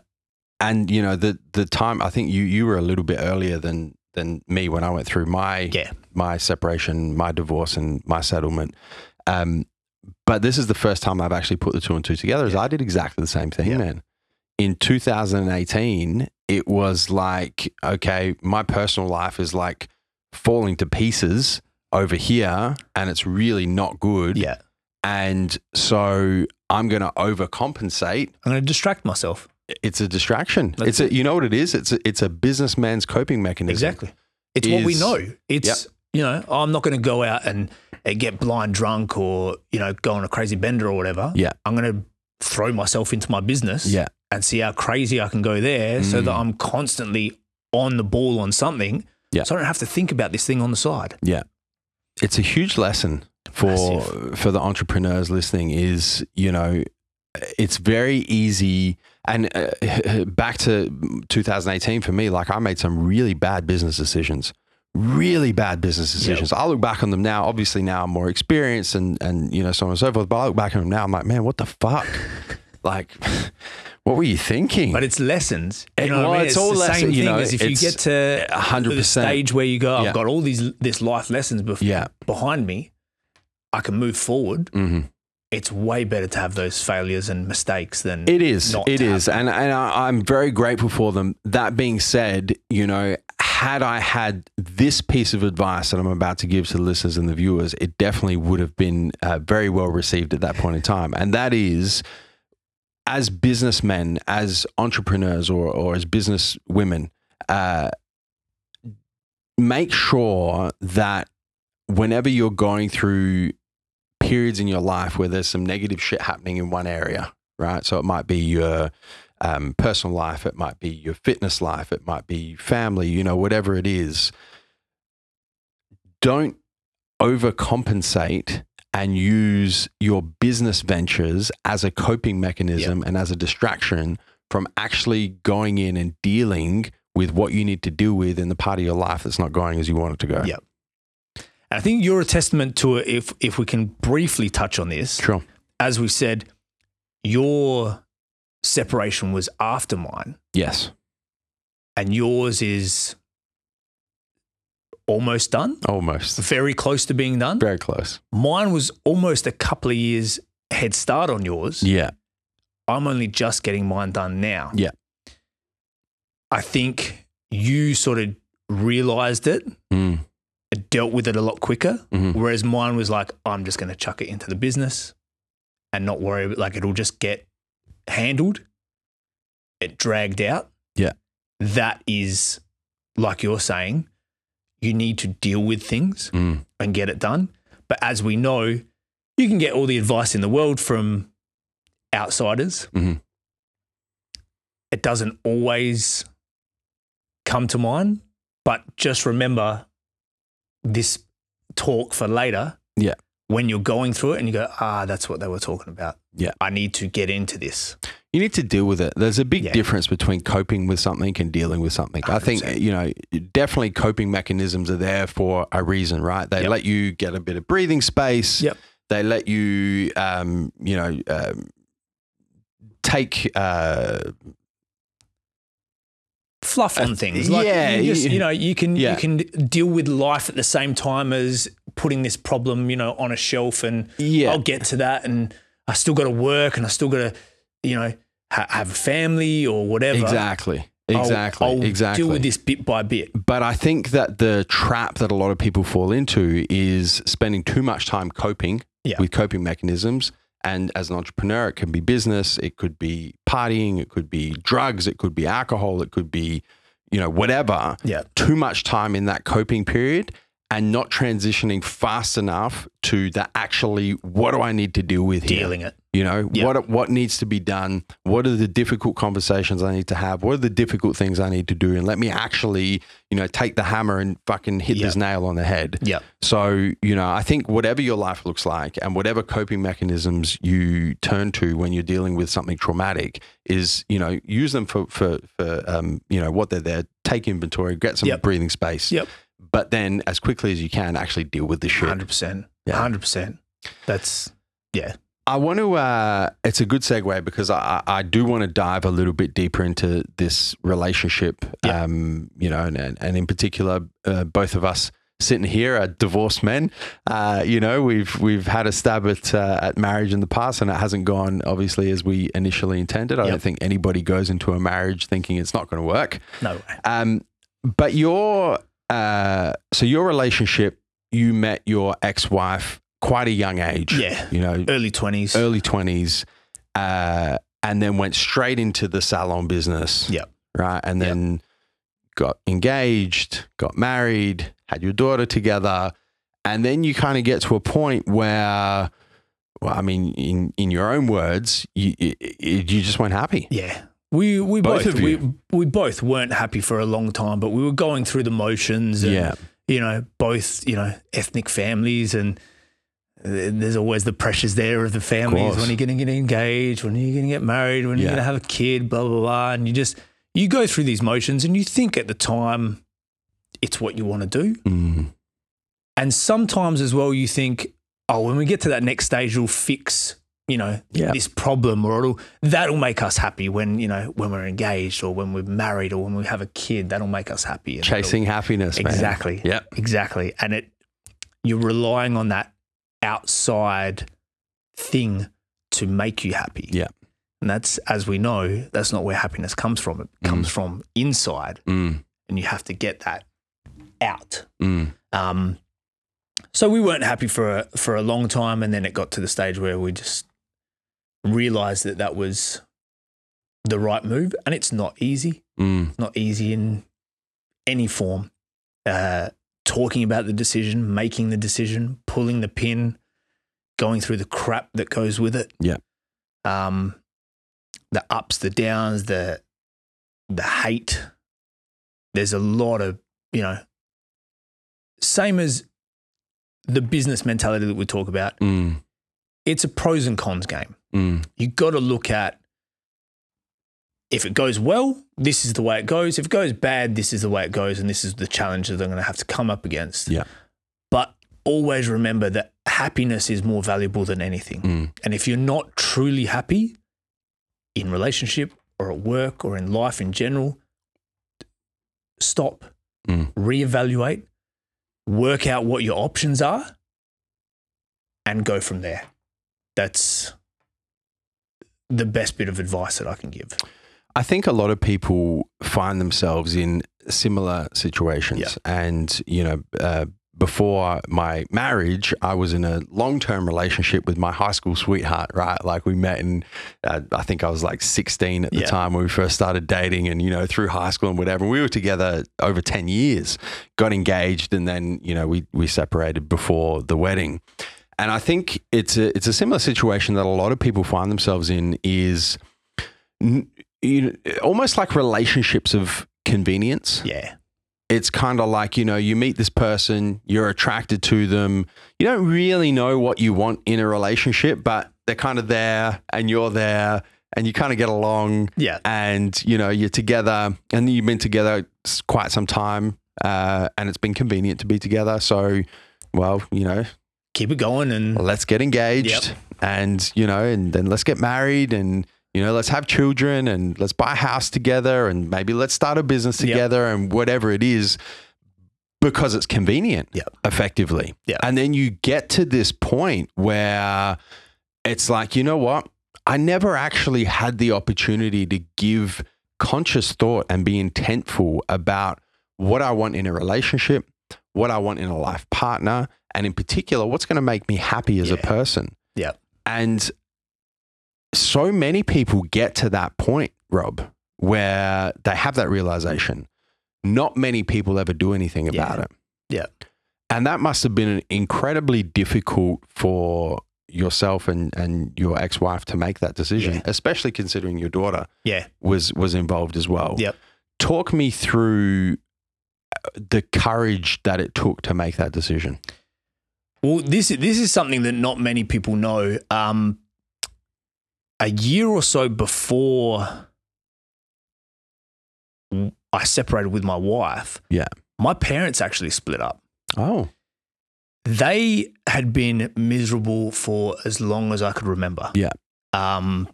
and you know the the time i think you you were a little bit earlier than than me when i went through my
Yeah.
my separation my divorce and my settlement um but this is the first time i've actually put the two and two together is i did exactly the same thing
Yeah.
man in 2018 it was like okay my personal life is like falling to pieces over here and it's really not good
Yeah.
and so I'm going to overcompensate.
I'm going to distract myself.
It's a distraction. it's
That's
a, you know what it is. It's a, it's a businessman's coping mechanism.
It's what we
Is-
know. It's, you know, I'm not going to go out and, and get blind drunk or, you know, go on a crazy bender or whatever.
Yeah.
I'm going to throw myself into my business
Yeah. Mm.
and see how crazy I can go there so that I'm constantly on the ball on something.
Yeah.
So I don't have to think about this thing on the side.
Yeah. It's a huge lesson for for the entrepreneurs listening is, you know, it's very easy and uh, back to 2018 for me like I made some really bad business decisions. Really bad business decisions. I look back on them now. Obviously, now I'm more experienced and and you know so on and so forth. But I look back on them now. I'm like, man, what the fuck? like, what were you thinking?
But it's lessons. You
It-
know what I
well,
mean?
it's all
the
lesson-
same
you
thing
know,
as if you
it's
get to
a hundred
the
percent.
stage where you go, I've
Yeah.
got all these this life lessons bef-
Yeah.
behind me. I can move forward.
Mhm.
It's way better to have those failures and mistakes than
It is.
Not
It
to
is. And and I, I'm very grateful for them. That being said, you know, had I had this piece of advice that I'm about to give to the listeners and the viewers, it definitely would have been uh, very well received at that point in time. And that is, as businessmen, as entrepreneurs, or or as business women, uh, make sure that whenever you're going through periods in your life where there's some negative shit happening in one area, right? So it might be your um, personal life, it might be your fitness life, it might be family, you know, whatever it is. Don't overcompensate and use your business ventures as a coping mechanism and as a distraction from actually going in and dealing with what you need to deal with in the part of your life that's not going as you want it to go.
Yeah. And I think you're a testament to it if if we can briefly touch on this.
Sure.
As we said, your separation was after mine
Yes.
and yours is almost done.
Almost.
Very close to being done.
Very close.
Mine was almost a couple of years head start on yours.
Yeah.
I'm only just getting mine done now.
Yeah.
I think you sort of realized it
Mm.
and dealt with it a lot quicker.
Mhm.
Whereas mine was like, I'm just going to chuck it into the business and not worry. about Like it'll just get handled. It dragged out.
Yeah.
That is, like you're saying, you need to deal with things
Mm.
and get it done. But as we know, you can get all the advice in the world from outsiders.
Mhm.
It doesn't always come to mind, but just remember this talk for later.
Yeah.
When you're going through it and you go, ah, that's what they were talking about.
Yeah.
I need to get into this.
You need to deal with it. There's a big
Yeah.
difference between coping with something and dealing with something. I think,
100%.
you know, definitely coping mechanisms are there for a reason, right? They
Yep.
let you get a bit of breathing space.
Yep.
They let you, um, you know, um, take, uh,
Fluff on things. Like
yeah,
you, just,
you-
you know, you can
Yeah.
you can deal with life at the same time as putting this problem, you know, on a shelf and
yeah.
I'll get to that, and I still got to work, and I still got to, you know, ha- have a family or whatever.
Exactly.
I'll-
Exactly.
I'll
exactly.
Deal with this bit by bit.
But I think that the trap that a lot of people fall into is spending too much time coping
Yeah.
with coping mechanisms. And as an entrepreneur, it can be business, it could be partying, it could be drugs, it could be alcohol, it could be, you know, whatever.
Yeah.
Too much time in that coping period and not transitioning fast enough to the actually what do I need to deal with here?
Dealing it.
You know,
Yeah.
what what needs to be done? What are the difficult conversations I need to have? What are the difficult things I need to do? And let me actually, you know, take the hammer and fucking hit this nail on the head.
Yeah.
So, you know, I think whatever your life looks like and whatever coping mechanisms you turn to when you're dealing with something traumatic is, you know, use them for for for um, you know, what they're there, take inventory, get some
Yep.
breathing space.
Yep.
But then as quickly as you can actually deal with the shit.
Hundred percent.
Yeah.
Hundred percent. That's yeah.
I want to. Uh, it's a good segue because I, I I do want to dive a little bit deeper into this relationship.
Yeah.
Um, you know, and and, and in particular, uh, both of us sitting here are divorced men. Uh, you know, we've we've had a stab at uh, at marriage in the past, and it hasn't gone obviously as we initially intended. I
Yep.
don't think anybody goes into a marriage thinking it's not going to work.
No way.
Um, but your uh, so your relationship, you met your ex wife quite a young age.
Yeah.
You know,
Early twenties.
early 20s uh, and then went straight into the salon business.
Yep.
Right. And then got engaged, got married, had your daughter together. And then you kind of get to a point where, well, I mean, in, in your own words, you, you, you just weren't happy.
Yeah. We we
Both
both,
of
we, we both weren't happy for a long time, but we were going through the motions. And,
Yeah.
You know, both you know ethnic families, and th- there's always the pressures there of the families.
course.
When are you going to get engaged? When are you going to get married? When are
Yeah.
you going to have a kid? Blah blah blah. And you just you go through these motions, and you think at the time it's what you want to do,
Mm.
and sometimes as well you think, oh, when we get to that next stage, we'll fix you know
Yeah.
this problem or it'll that'll make us happy when you know when we're engaged or when we're married or when we have a kid that'll make us happy and
Chasing happiness,
it'll-
man.
exactly
Yep.
exactly and it you're relying on that outside thing to make you happy
Yeah.
and that's as we know that's not where happiness comes from it comes from inside
Mm,
and you have to get that out
mm,
um, so we weren't happy for a, for a long time, and then it got to the stage where we just realized that that was the right move, and it's not easy.
mm,
It's not easy in any form. Uh, talking about the decision, making the decision, pulling the pin, going through the crap that goes with it.
Yeah.
Um, the ups, the downs, the the hate. There's a lot of you know, same as the business mentality that we talk about.
mm,
It's a pros and cons game
mm,
you got to look at if it goes well, this is the way it goes. If it goes bad, this is the way it goes, and this is the challenge that I'm going to have to come up against.
Yeah.
But always remember that happiness is more valuable than anything.
Mm.
And if you're not truly happy in relationship or at work or in life in general, stop,
Mm.
reevaluate, work out what your options are, and go from there. That's the best bit of advice that I can give.
I think a lot of people find themselves in similar situations.
Yeah.
And, you know, uh, before my marriage, I was in a long term relationship with my high school sweetheart, right? Like we met in, uh, I think I was like 16 at the
Yeah.
time when we first started dating and, you know, through high school and whatever. We were together over 10 years, got engaged, and then, you know, we, we separated before the wedding. And I think it's a, it's a similar situation that a lot of people find themselves in is n- you know, almost like relationships of convenience
Yeah.
it's kind of like you know you meet this person you're attracted to them you don't really know what you want in a relationship but they're kind of there and you're there and you kind of get along
Yeah.
and you know you're together and you've been together s- quite some time uh, and it's been convenient to be together so well you know
Keep it going and
let's get engaged and you know and then let's get married and you know let's have children and let's buy a house together and maybe let's start a business
Yep.
together and whatever it is because it's convenient
Yep.
effectively
Yep.
and then you get to this point where it's like you know what i never actually had the opportunity to give conscious thought and be intentful about what i want in a relationship what i want in a life partner and in particular what's going to make me happy as a
Yeah.
person
yeah.
and so many people get to that point, Rob, where they have that realization. Not many people ever do anything about
Yeah.
it.
Yeah.
And that must have been incredibly difficult for yourself and, and your ex wife to make that decision,
Yeah.
especially considering your daughter
Yeah.
was was involved as well.
Yep.
Talk me through uh, the courage that it took to make that decision.
Well, this this is something that not many people know. Um, a year or so before I separated with my wife,
Yeah.
my parents actually split up.
Oh.
They had been miserable for as long as I could remember.
Yeah.
Um,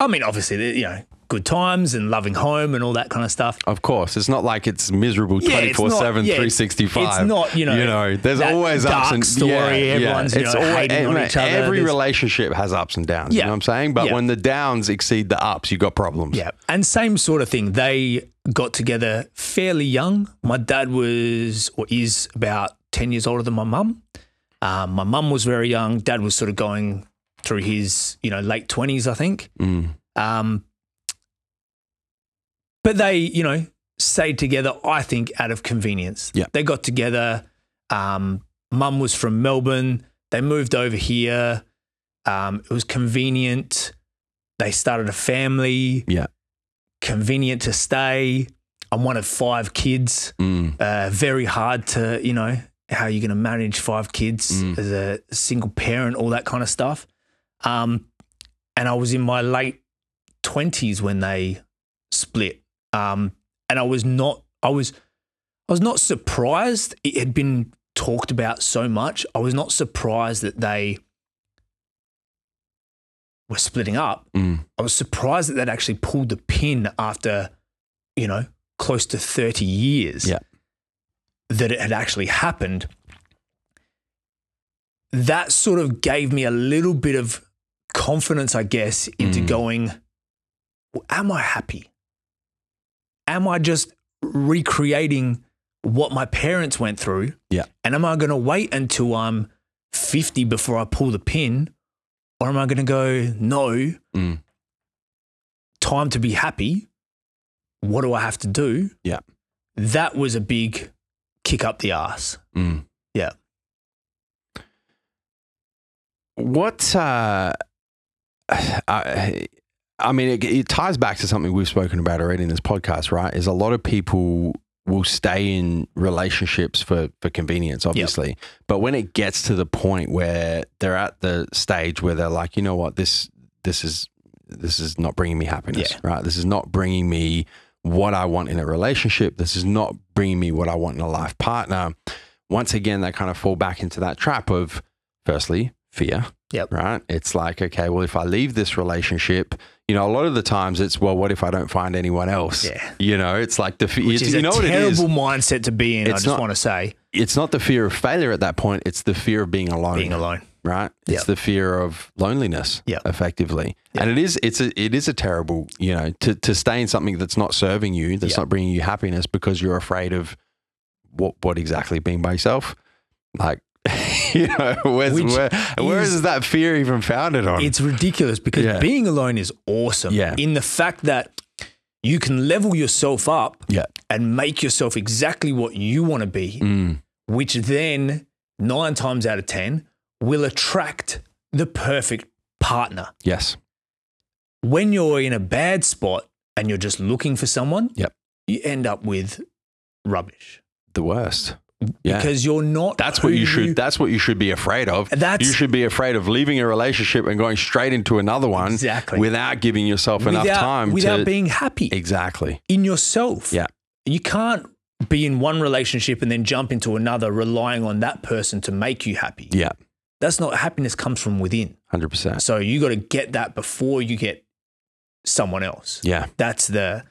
I mean, obviously, they- you know, good times and loving home and all that kind of stuff.
Of course, it's not like it's miserable
Yeah,
24
it's
7,
not- yeah,
365.
it's not, you know,
there's
that
always ups
dark
and
story, everyone's, you know, hating on
every,
each other,
eh, Every
there's-
relationship has ups and downs, you
Yeah.
know what I'm saying? But
Yeah.
when the downs exceed the ups, you got problems.
Yeah. And same sort of thing. They got together fairly young. My dad was or is about 10 years older than my mum. Um, my mum was very young. Dad was sort of going through his, you know, late 20s, I think.
Mm.
Um, but they, you know, stayed together, I think, out of convenience.
Yeah.
They got together. Um, Mum was from Melbourne. They moved over here. Um, it was convenient. They started a family.
Yeah.
Convenient to stay. I'm one of five kids.
Mm.
Uh, very hard to, you know, how you're going to manage five kids
Mm.
as a single parent, all that kind of stuff. Um, and I was in my late 20s when they split. Um, and I was not, I was, I was not surprised. It had been talked about so much. I was not surprised that they were splitting up.
Mm.
I was surprised that they'd actually pulled the pin after, you know, close to 30 years
Yeah.
that it had actually happened. That sort of gave me a little bit of confidence, I guess, into
Mm.
going, well, am I happy? Am I just recreating what my parents went through?
Yeah.
And am I going to wait until I'm 50 before I pull the pin? Or am I going to go, no,
Mm.
time to be happy. What do I have to do?
Yeah.
That was a big kick up the ass.
Mm.
Yeah.
What, uh, I, I mean, it, it ties back to something we've spoken about already in this podcast, right? Is a lot of people will stay in relationships for, for convenience, obviously. But when it gets to the point where they're at the stage where they're like, you know what, this, this is, this is not bringing me happiness,
Yeah.
right? This is not bringing me what I want in a relationship. This is not bringing me what I want in a life partner. Once again, they kind of fall back into that trap of, firstly, fear
Yep.
right? It's like, okay, well, if I leave this relationship, you know, a lot of the times it's, well, what if I don't find anyone else?
Yeah.
You know, it's like the fear.
Which is
you
a
know what it
terrible
is?
mindset to be in, I
It's
just
not-
want to say,
It's not the fear of failure at that point. It's the fear of being alone.
being alone.
right? It's
Yeah.
the fear of loneliness,
Yeah.
effectively.
Yeah.
And it is it's a it is a terrible, you know, to, to stay in something that's not serving you, that's
Yeah.
not bringing you happiness because you're afraid of what what exactly being by yourself, like. You know, where's,
Which
where, where
is-
is that fear even founded on?
It's ridiculous because
Yeah.
being alone is awesome.
Yeah.
In the fact that you can level yourself up
yeah,
and make yourself exactly what you want to be,
Mm.
which then nine times out of 10 will attract the perfect partner.
yes,
When you're in a bad spot and you're just looking for someone,
Yep.
you end up with rubbish
the worst. Yeah,
because you're not.
That's what
who
you should. That's what you should be afraid of.
That's-
you should be afraid of leaving a relationship and going straight into another one,
Exactly.
without giving yourself enough
without-
time
without
to
being happy
exactly.
in yourself.
Yeah.
You can't be in one relationship and then jump into another relying on that person to make you happy.
Yeah,
That's not happiness comes from within.
hundred percent.
So you got to get that before you get someone else.
Yeah,
That's the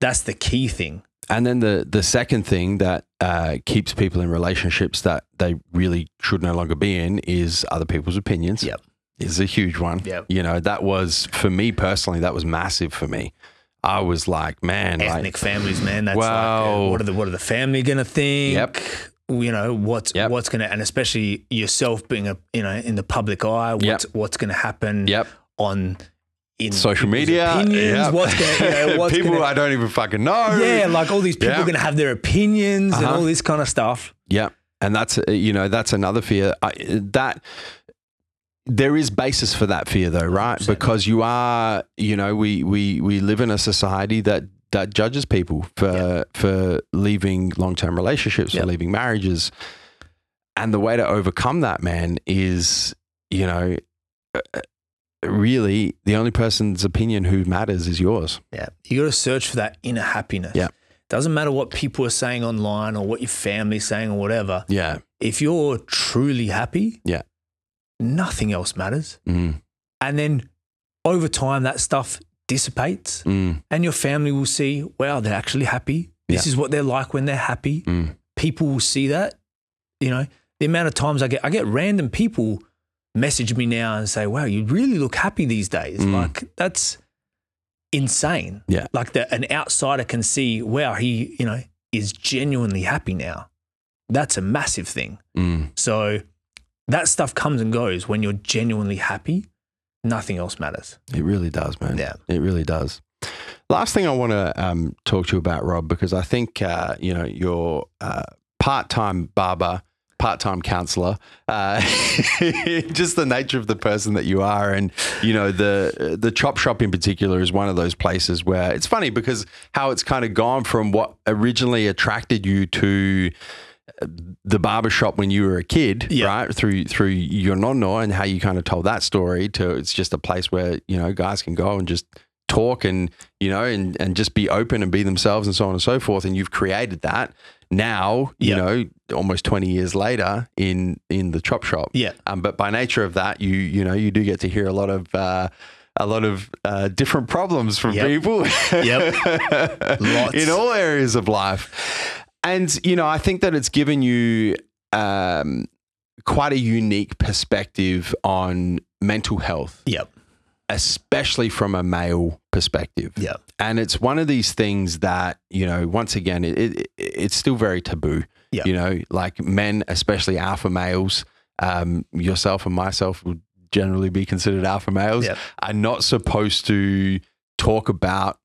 that's the key thing.
and then the the second thing that uh, keeps people in relationships that they really should no longer be in is other people's opinions.
Yep.
is a huge one.
Yep.
you know that was for me personally. That was massive for me. I was like, man,
Ethnic
like,
families, man. That's like
Wow.
uh, what are the what are the family gonna think?
Yep.
You know what's
Yep.
what's gonna and especially yourself being a you know in the public eye. What's what's gonna happen?
Yep.
On in
social
people's
media,
opinions.
yeah.
What's gonna you know, what's
people
gonna-
I don't even fucking know.
Yeah, like all these people
Yeah.
are going to have their opinions and
Uh-huh.
all this kind of stuff.
Yeah, and that's uh, you know that's another fear I, that there is basis for that fear though, right?
100%.
Because you are you know we we we live in a society that that judges people for for leaving long term relationships,
Yeah.
for leaving marriages, and the way to overcome that, man, is you know. uh, uh, Really, the only person's opinion who matters is yours.
Yeah. You got to search for that inner happiness.
Yeah.
Doesn't matter what people are saying online or what your family's saying or whatever.
Yeah.
If you're truly happy,
Yeah.
nothing else matters.
Mm,
And then over time, that stuff dissipates
mm,
and your family will see, wow, they're actually happy. This
Yeah.
is what they're like when they're happy.
mm.
people will see that. You know, the amount of times I get I get random people message me now and say, "Wow, you really look happy these days."
Mm.
Like that's insane.
Yeah.
Like that an outsider can see, "Wow, he, you know, is genuinely happy now." That's a massive thing.
Mm.
So that stuff comes and goes when you're genuinely happy. Nothing else matters.
It really does, man.
Yeah.
It really does. Last thing I want to um, talk to you about, Rob, because I think uh, you know your uh, part-time barber, part-time counselor, uh, just the nature of the person that you are, and you know the the chop shop in particular is one of those places where it's funny because how it's kind of gone from what originally attracted you to the barber shop when you were a kid,
Yeah.
right? Through through your nonno and how you kind of told that story to it's just a place where, you know, guys can go and just talk and, you know, and and just be open and be themselves and so on and so forth. And you've created that now, you
Yeah.
know, almost twenty years later in in the chop shop.
Yeah.
Um, but by nature of that, you you know, you do get to hear a lot of uh a lot of uh, different problems from
Yep.
people.
Yep. Lots.
In all areas of life. And, you know, I think that it's given you um, quite a unique perspective on mental health,
Yep.
especially from a male perspective.
Yep.
And it's one of these things that, you know, once again, it, it, it's still very taboo.
Yeah.
You know, like men, especially alpha males, um, yourself and myself would generally be considered alpha males,
Yeah.
are not supposed to talk about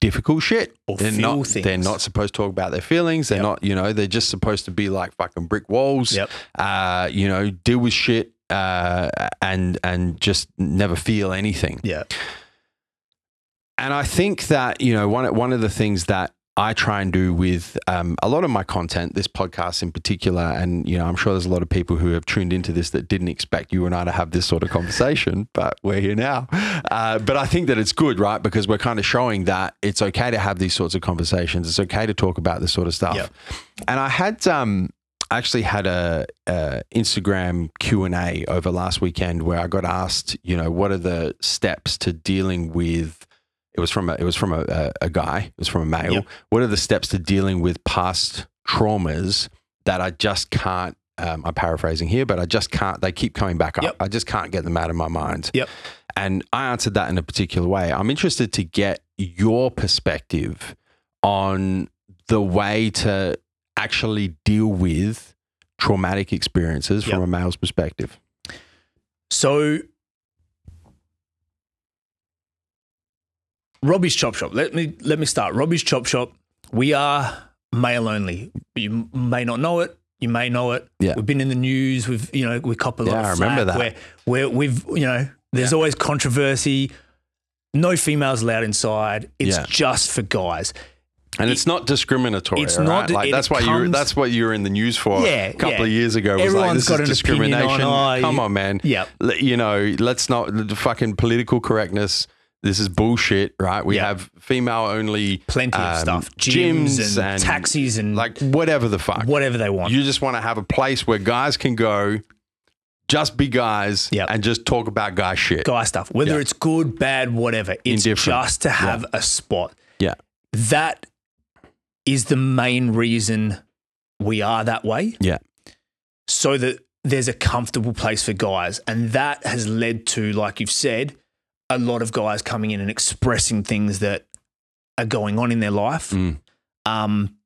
difficult shit.
Or
they're
feel
not,
things.
They're not supposed to talk about their feelings. They're
Yep.
not, you know, they're just supposed to be like fucking brick walls
Yep.
uh, you know, deal with shit uh, and and just never feel anything.
Yeah.
And I think that you know one one of the things that I try and do with um, a lot of my content, this podcast in particular, and you know, I'm sure there's a lot of people who have tuned into this that didn't expect you and I to have this sort of conversation, but we're here now. Uh, but I think that it's good, right? Because we're kind of showing that it's okay to have these sorts of conversations. It's okay to talk about this sort of stuff.
Yeah.
And I had um, I actually had a, a Instagram Q and A over last weekend where I got asked, you know, what are the steps to dealing with? It was from a, it was from a, a, a guy. It was from a male.
Yep.
What are the steps to dealing with past traumas that I just can't um, I'm paraphrasing here, but I just can't. They keep coming back up.
Yep.
I just can't get them out of my mind.
Yep.
And I answered that in a particular way. I'm interested to get your perspective on the way to actually deal with traumatic experiences from
Yep.
a male's perspective.
So Robbie's Chop Shop. Let me let me start. Robbie's Chop Shop. We are male only. You m- may not know it. You may know it.
Yeah.
We've been in the news. We've you know we cop a lot.
Yeah,
of
I remember
flack.
that.
We're, we're, we've you know there's always controversy. No females allowed inside. It's
Yeah.
just for guys.
And it's not discriminatory.
It's
right?
not-
like
it
that's why you
comes-
that's what you were in the news for
Yeah,
a couple
yeah.
of years ago. It was like
Everyone's
this
got
is
an opinion on,
discrimination.
oh,
Come
you-
on, man.
Yeah.
L- you know, let's not the fucking political correctness. This is bullshit, right? We
Yeah.
have female only um,
Plenty of stuff. Gyms, and, taxis and
like whatever the fuck.
whatever they want.
You just want to have a place where guys can go, just be guys,
Yep.
and just talk about guy shit.
guy stuff, whether
Yeah.
it's good, bad, whatever. It's
Indifferent.
just to have a spot.
Yeah.
That is the main reason we are that way.
Yeah.
So that there's a comfortable place for guys. And that has led to, like you've said, a lot of guys coming in and expressing things that are going on in their life.
Mm.
Um,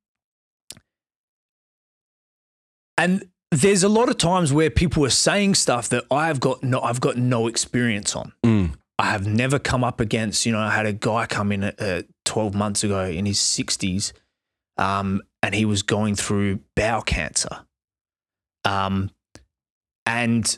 and there's a lot of times where people are saying stuff that I've got no, I've got no experience on.
Mm.
I have never come up against, you know, I had a guy come in uh, 12 months ago in his 60s um, and he was going through bowel cancer. Um, and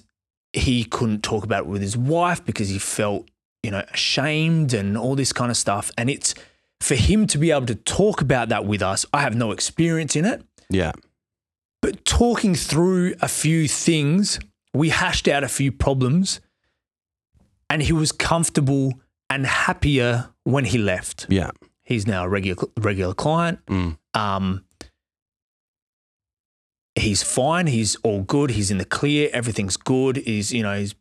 he couldn't talk about it with his wife because he felt, you know, ashamed and all this kind of stuff. And it's for him to be able to talk about that with us. I have no experience in it,
Yeah.
but talking through a few things, we hashed out a few problems, and he was comfortable and happier when he left.
Yeah.
He's now a regular regular client.
Mm.
Um, he's fine. He's all good. He's in the clear. Everything's good. He's you know he's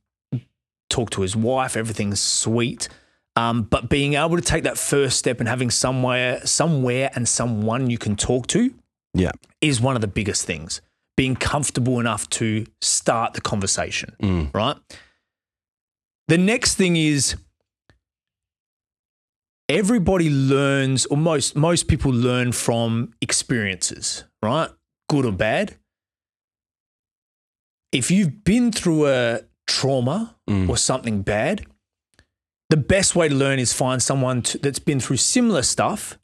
talked to his wife. Everything's sweet. Um, but being able to take that first step and having somewhere, somewhere, and someone you can talk to
Yeah.
is one of the biggest things. Being comfortable enough to start the conversation,
Mm.
right? The next thing is everybody learns, or most most people learn from experiences, right? Good or bad. If you've been through a trauma
Mm.
or something bad, the best way to learn is find someone to, that's been through similar stuff,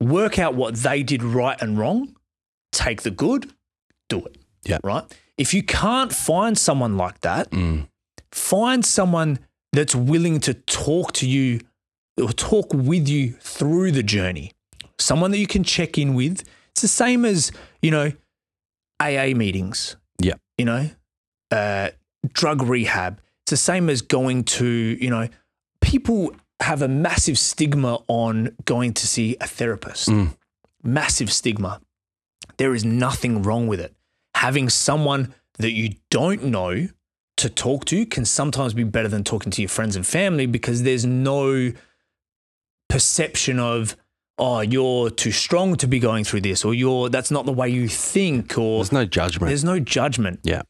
work out what they did right and wrong, take the good, do it.
Yeah.
Right? If you can't find someone like that,
Mm.
find someone that's willing to talk to you or talk with you through the journey. Someone that you can check in with. It's the same as, you know, AA meetings.
Yeah.
You know, uh, drug rehab. It's the same as going to, you know, people have a massive stigma on going to see a therapist.
Mm.
Massive stigma. There is nothing wrong with it. Having someone that you don't know to talk to can sometimes be better than talking to your friends and family because there's no perception of oh you're too strong to be going through this or you're that's not the way you think or
There's no judgment.
there's no judgment
yeah.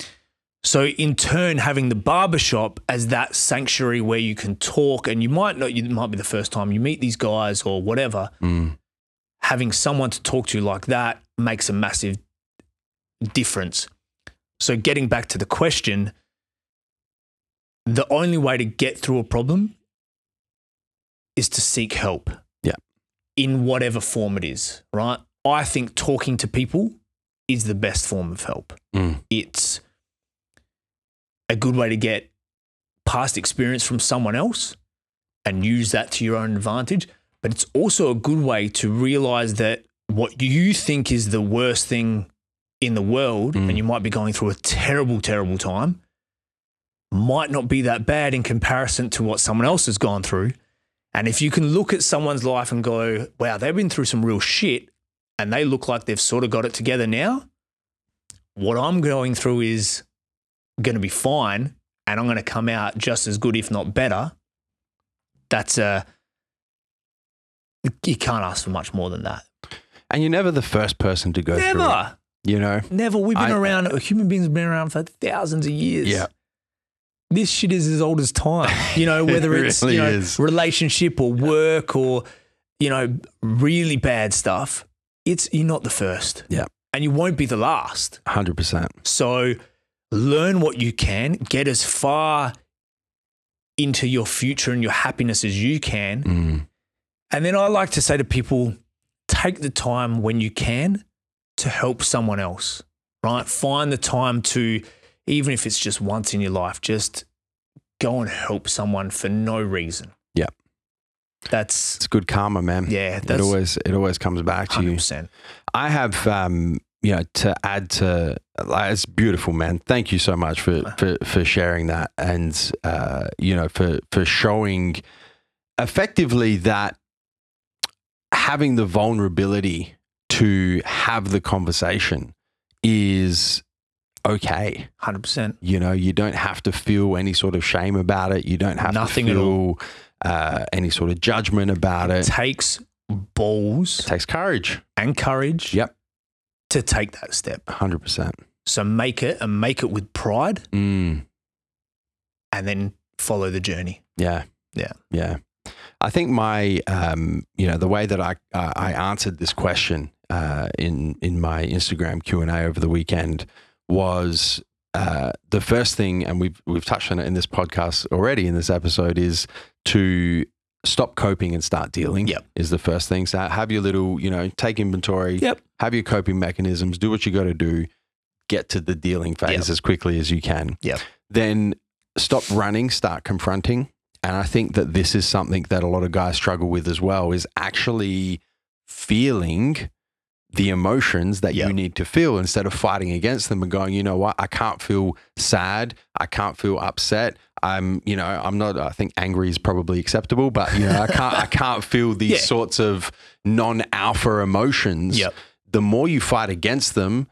so in turn having the barbershop as that sanctuary where you can talk and you might not you it might be the first time you meet these guys or whatever
Mm.
having someone to talk to like that makes a massive difference. So, getting back to the question, the only way to get through a problem is to seek help.
Yeah.
In whatever form it is, right? I think talking to people is the best form of help.
Mm.
It's a good way to get past experience from someone else and use that to your own advantage. But it's also a good way to realize that what you think is the worst thing in the world, and you might be going through a terrible, terrible time, might not be that bad in comparison to what someone else has gone through. And if you can look at someone's life and go, wow, they've been through some real shit and they look like they've sort of got it together now, what I'm going through is going to be fine and I'm going to come out just as good, if not better. That's a, you can't ask for much more than that.
And you're never the first person to go through. it.
Never.
You know?
Neville, we've been
I-
around, human beings have been around for thousands of years.
Yeah.
This shit is as old as time. You know, whether
It
it's
really
you know,
is.
relationship or work or, you know, really bad stuff, it's you're not the first.
Yeah.
And you won't be the last.
100%.
So learn what you can, get as far into your future and your happiness as you can.
Mm.
And then I like to say to people, take the time when you can to help someone else, right? Find the time to, even if it's just once in your life, just go and help someone for no reason.
Yeah.
That's
It's good karma, man.
Yeah,
it
that's-
always it always comes back to you.
100%.
I have, um, you know, to add to like, it's beautiful, man. Thank you so much for
Uh-huh.
for, for sharing that, and uh, you know, for for showing effectively that having the vulnerability to have the conversation is okay.
100%.
You know, you don't have to feel any sort of shame about it. You don't have
Nothing
to
at
feel
all.
Uh, any sort of judgment about it.
Takes balls
takes courage.
and courage
Yep,
to take that step.
hundred percent.
So make it and make it with pride
Mm.
and then follow the journey.
Yeah.
Yeah.
Yeah. I think my, um, you know, the way that I uh, I answered this question uh, in in my Instagram Q and A over the weekend was uh, the first thing, and we've we've touched on it in this podcast already in this episode, is to stop coping and start dealing.
Yep.
is the first thing. So have your little, you know, take inventory.
Yep.
Have your coping mechanisms. Do what you got to do. Get to the dealing phase
Yep.
as quickly as you can.
Yep.
Then stop running, start confronting. And I think that this is something that a lot of guys struggle with as well is actually feeling the emotions that
Yeah.
you need to feel instead of fighting against them and going, you know what, I can't feel sad, I can't feel upset. I'm, you know, I'm not I think angry is probably acceptable, but you know, I can't I can't feel these
Yeah.
sorts of non-alpha emotions.
Yep.
The more you fight against them,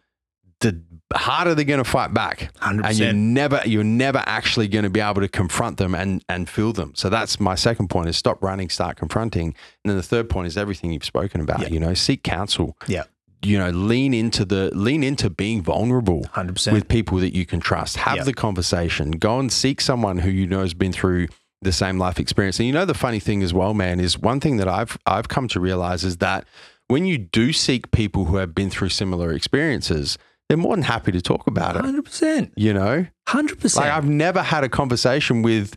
the harder they're going to fight back and
100%.
you're never you're never actually going to be able to confront them and and feel them so that's my second point is stop running start confronting and then the third point is everything you've spoken about
Yeah.
you know seek counsel
Yeah.
you know lean into the lean into being vulnerable
100%.
with people that you can trust have
Yeah.
the conversation go and seek someone who you know has been through the same life experience and you know the funny thing as well man is one thing that i've i've come to realize is that when you do seek people who have been through similar experiences they're more than happy to talk about it
100%.
you know
100%.
like I've never had a conversation with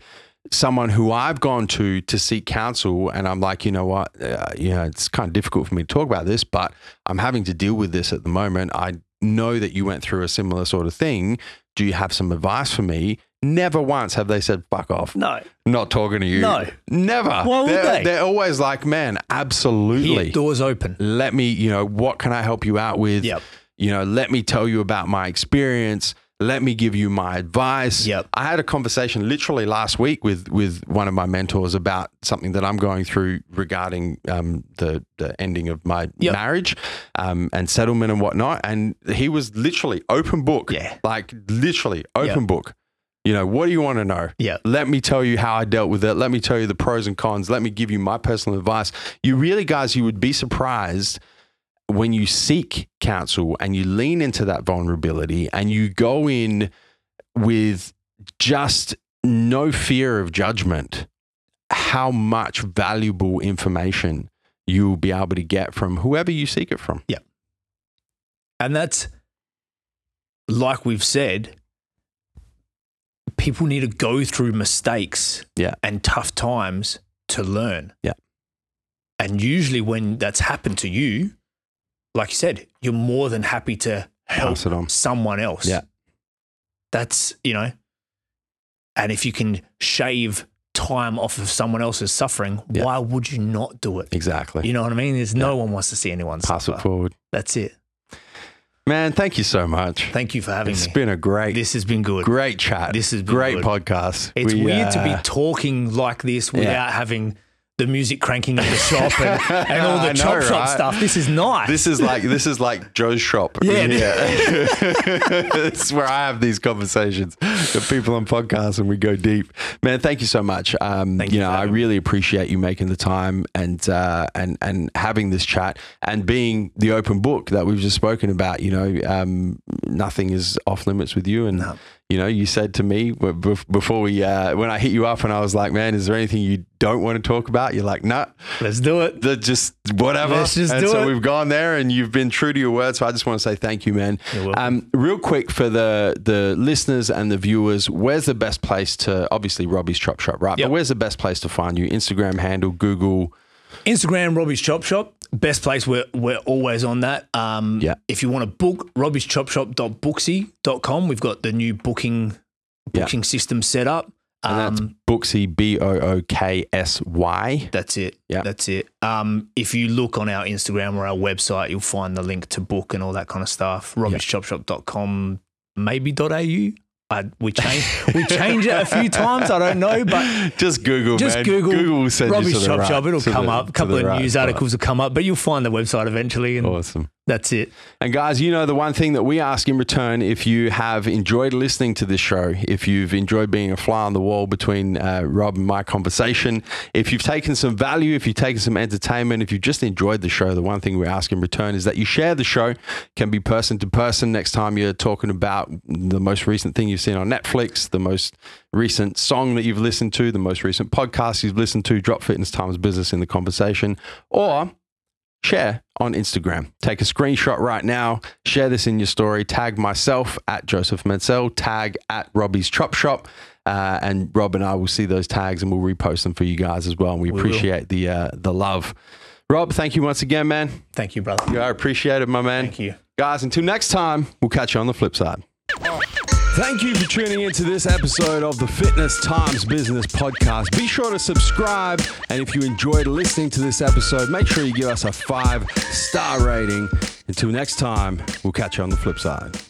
someone who I've gone to to seek counsel, and I'm like, you know what, uh, you know, it's kind of difficult for me to talk about this, but I'm having to deal with this at the moment. I know that you went through a similar sort of thing. Do you have some advice for me? Never once have they said, "Fuck off."
no.
Not talking to you.
No.
Never.
would
they're,
they?
They're always like, man, absolutely
Here, doors open.
let me, you know, what can I help you out with?
Yep.
You know, let me tell you about my experience. Let me give you my advice.
Yep.
I had a conversation literally last week with with one of my mentors about something that I'm going through regarding um, the the ending of my
Yep.
marriage um, and settlement and whatnot. And he was literally open book.
Yeah.
Like literally open book. You know, what do you want to know?
Yeah.
Let me tell you how I dealt with it. Let me tell you the pros and cons. Let me give you my personal advice. You really, guys, you would be surprised when you seek counsel and you lean into that vulnerability and you go in with just no fear of judgment, how much valuable information you'll be able to get from whoever you seek it from.
And that's like we've said, people need to go through mistakes
Yeah.
and tough times to learn.
Yeah.
And usually when that's happened to you, like you said, you're more than happy to help
Pass it on.
someone else.
Yeah.
That's, you know, and if you can shave time off of someone else's suffering,
Yeah.
why would you not do it?
Exactly.
You know what I mean? There's no one wants to see anyone
Pass
suffer.
it forward.
That's it.
Man, thank you so much.
Thank you for having
It's
me.
been a great,
This has been good.
great chat.
This has been
great
good.
podcast.
It's
We,
weird to
uh,
be talking like this without having the music cranking at the shop and, and all
I
the chop
know,
shop
right?
stuff. This is nice.
This is like this is like Joe's shop.
Yeah.
it's where I have these conversations. the people on podcasts and we go deep. Man, thank you so much. Um,
Thank
you
you
know,
for
I
having me.
really appreciate you making the time and uh, and and having this chat and being the open book that we've just spoken about. You know, um, nothing is off limits with you. And
No.
you know, you said to me w- bef- before we uh, when I hit you up and I was like, "Man, is there anything you don't want to talk about?" You're like, "No."
Let's do it.
the just whatever.
Let's just
and
do
so
it.
we've gone there, and you've been true to your word. So I just want to say thank you, man.
You're welcome.
Um, real quick for the the listeners and the viewers, where's the best place to? Obviously, Robbie's Chop Shop, right? But
Yep.
where's the best place to find you? Instagram handle, Google.
Instagram, Robbie's Chop Shop. Best place. We're, we're always on that. Um,
Yeah.
If you want to book, robbieshopshop.booksy.com. We've got the new booking
Yeah.
booking system set up.
And that's
Um,
Booksy, B O O K S Y.
that's it.
Yeah.
That's it. Um, if you look on our Instagram or our website, you'll find the link to book and all that kind of stuff. robbieshopshop.com, maybe .au. I, we change we change it a few times. I don't know, but
Just Google,
just
man.
Google,
Google will send you
Robbie's
to the
Chop
right-
Shop. It'll
to
come
the-
up. A
to
couple
the
of
right
news
spot.
articles will come up, but you'll find the website eventually, and
Awesome.
that's it.
And guys, you know the one thing that we ask in return if you have enjoyed listening to this show, if you've enjoyed being a fly on the wall between uh, Rob and my conversation, if you've taken some value, if you've taken some entertainment, if you've just enjoyed the show, the one thing we ask in return is that you share the show. Can be person to person next time you're talking about the most recent thing you've seen on Netflix, the most recent song that you've listened to, the most recent podcast you've listened to, Drop Fitness Times Business in the conversation, or share on Instagram. Take a screenshot right now, share this in your story, tag myself at Joseph Mansell, tag at Robbie's Chop Shop. Uh, and Rob and I will see those tags and we'll repost them for you guys as well. And we,
We will.
appreciate the uh, the love. Rob, thank you once again, man.
Thank you, brother.
You are appreciated, my man.
Thank you.
Guys, until next time, we'll catch you on the flip side. Thank you for tuning into this episode of the Fitness Times Business Podcast. Be sure to subscribe. And if you enjoyed listening to this episode, make sure you give us a five star rating. Until next time, we'll catch you on the flip side.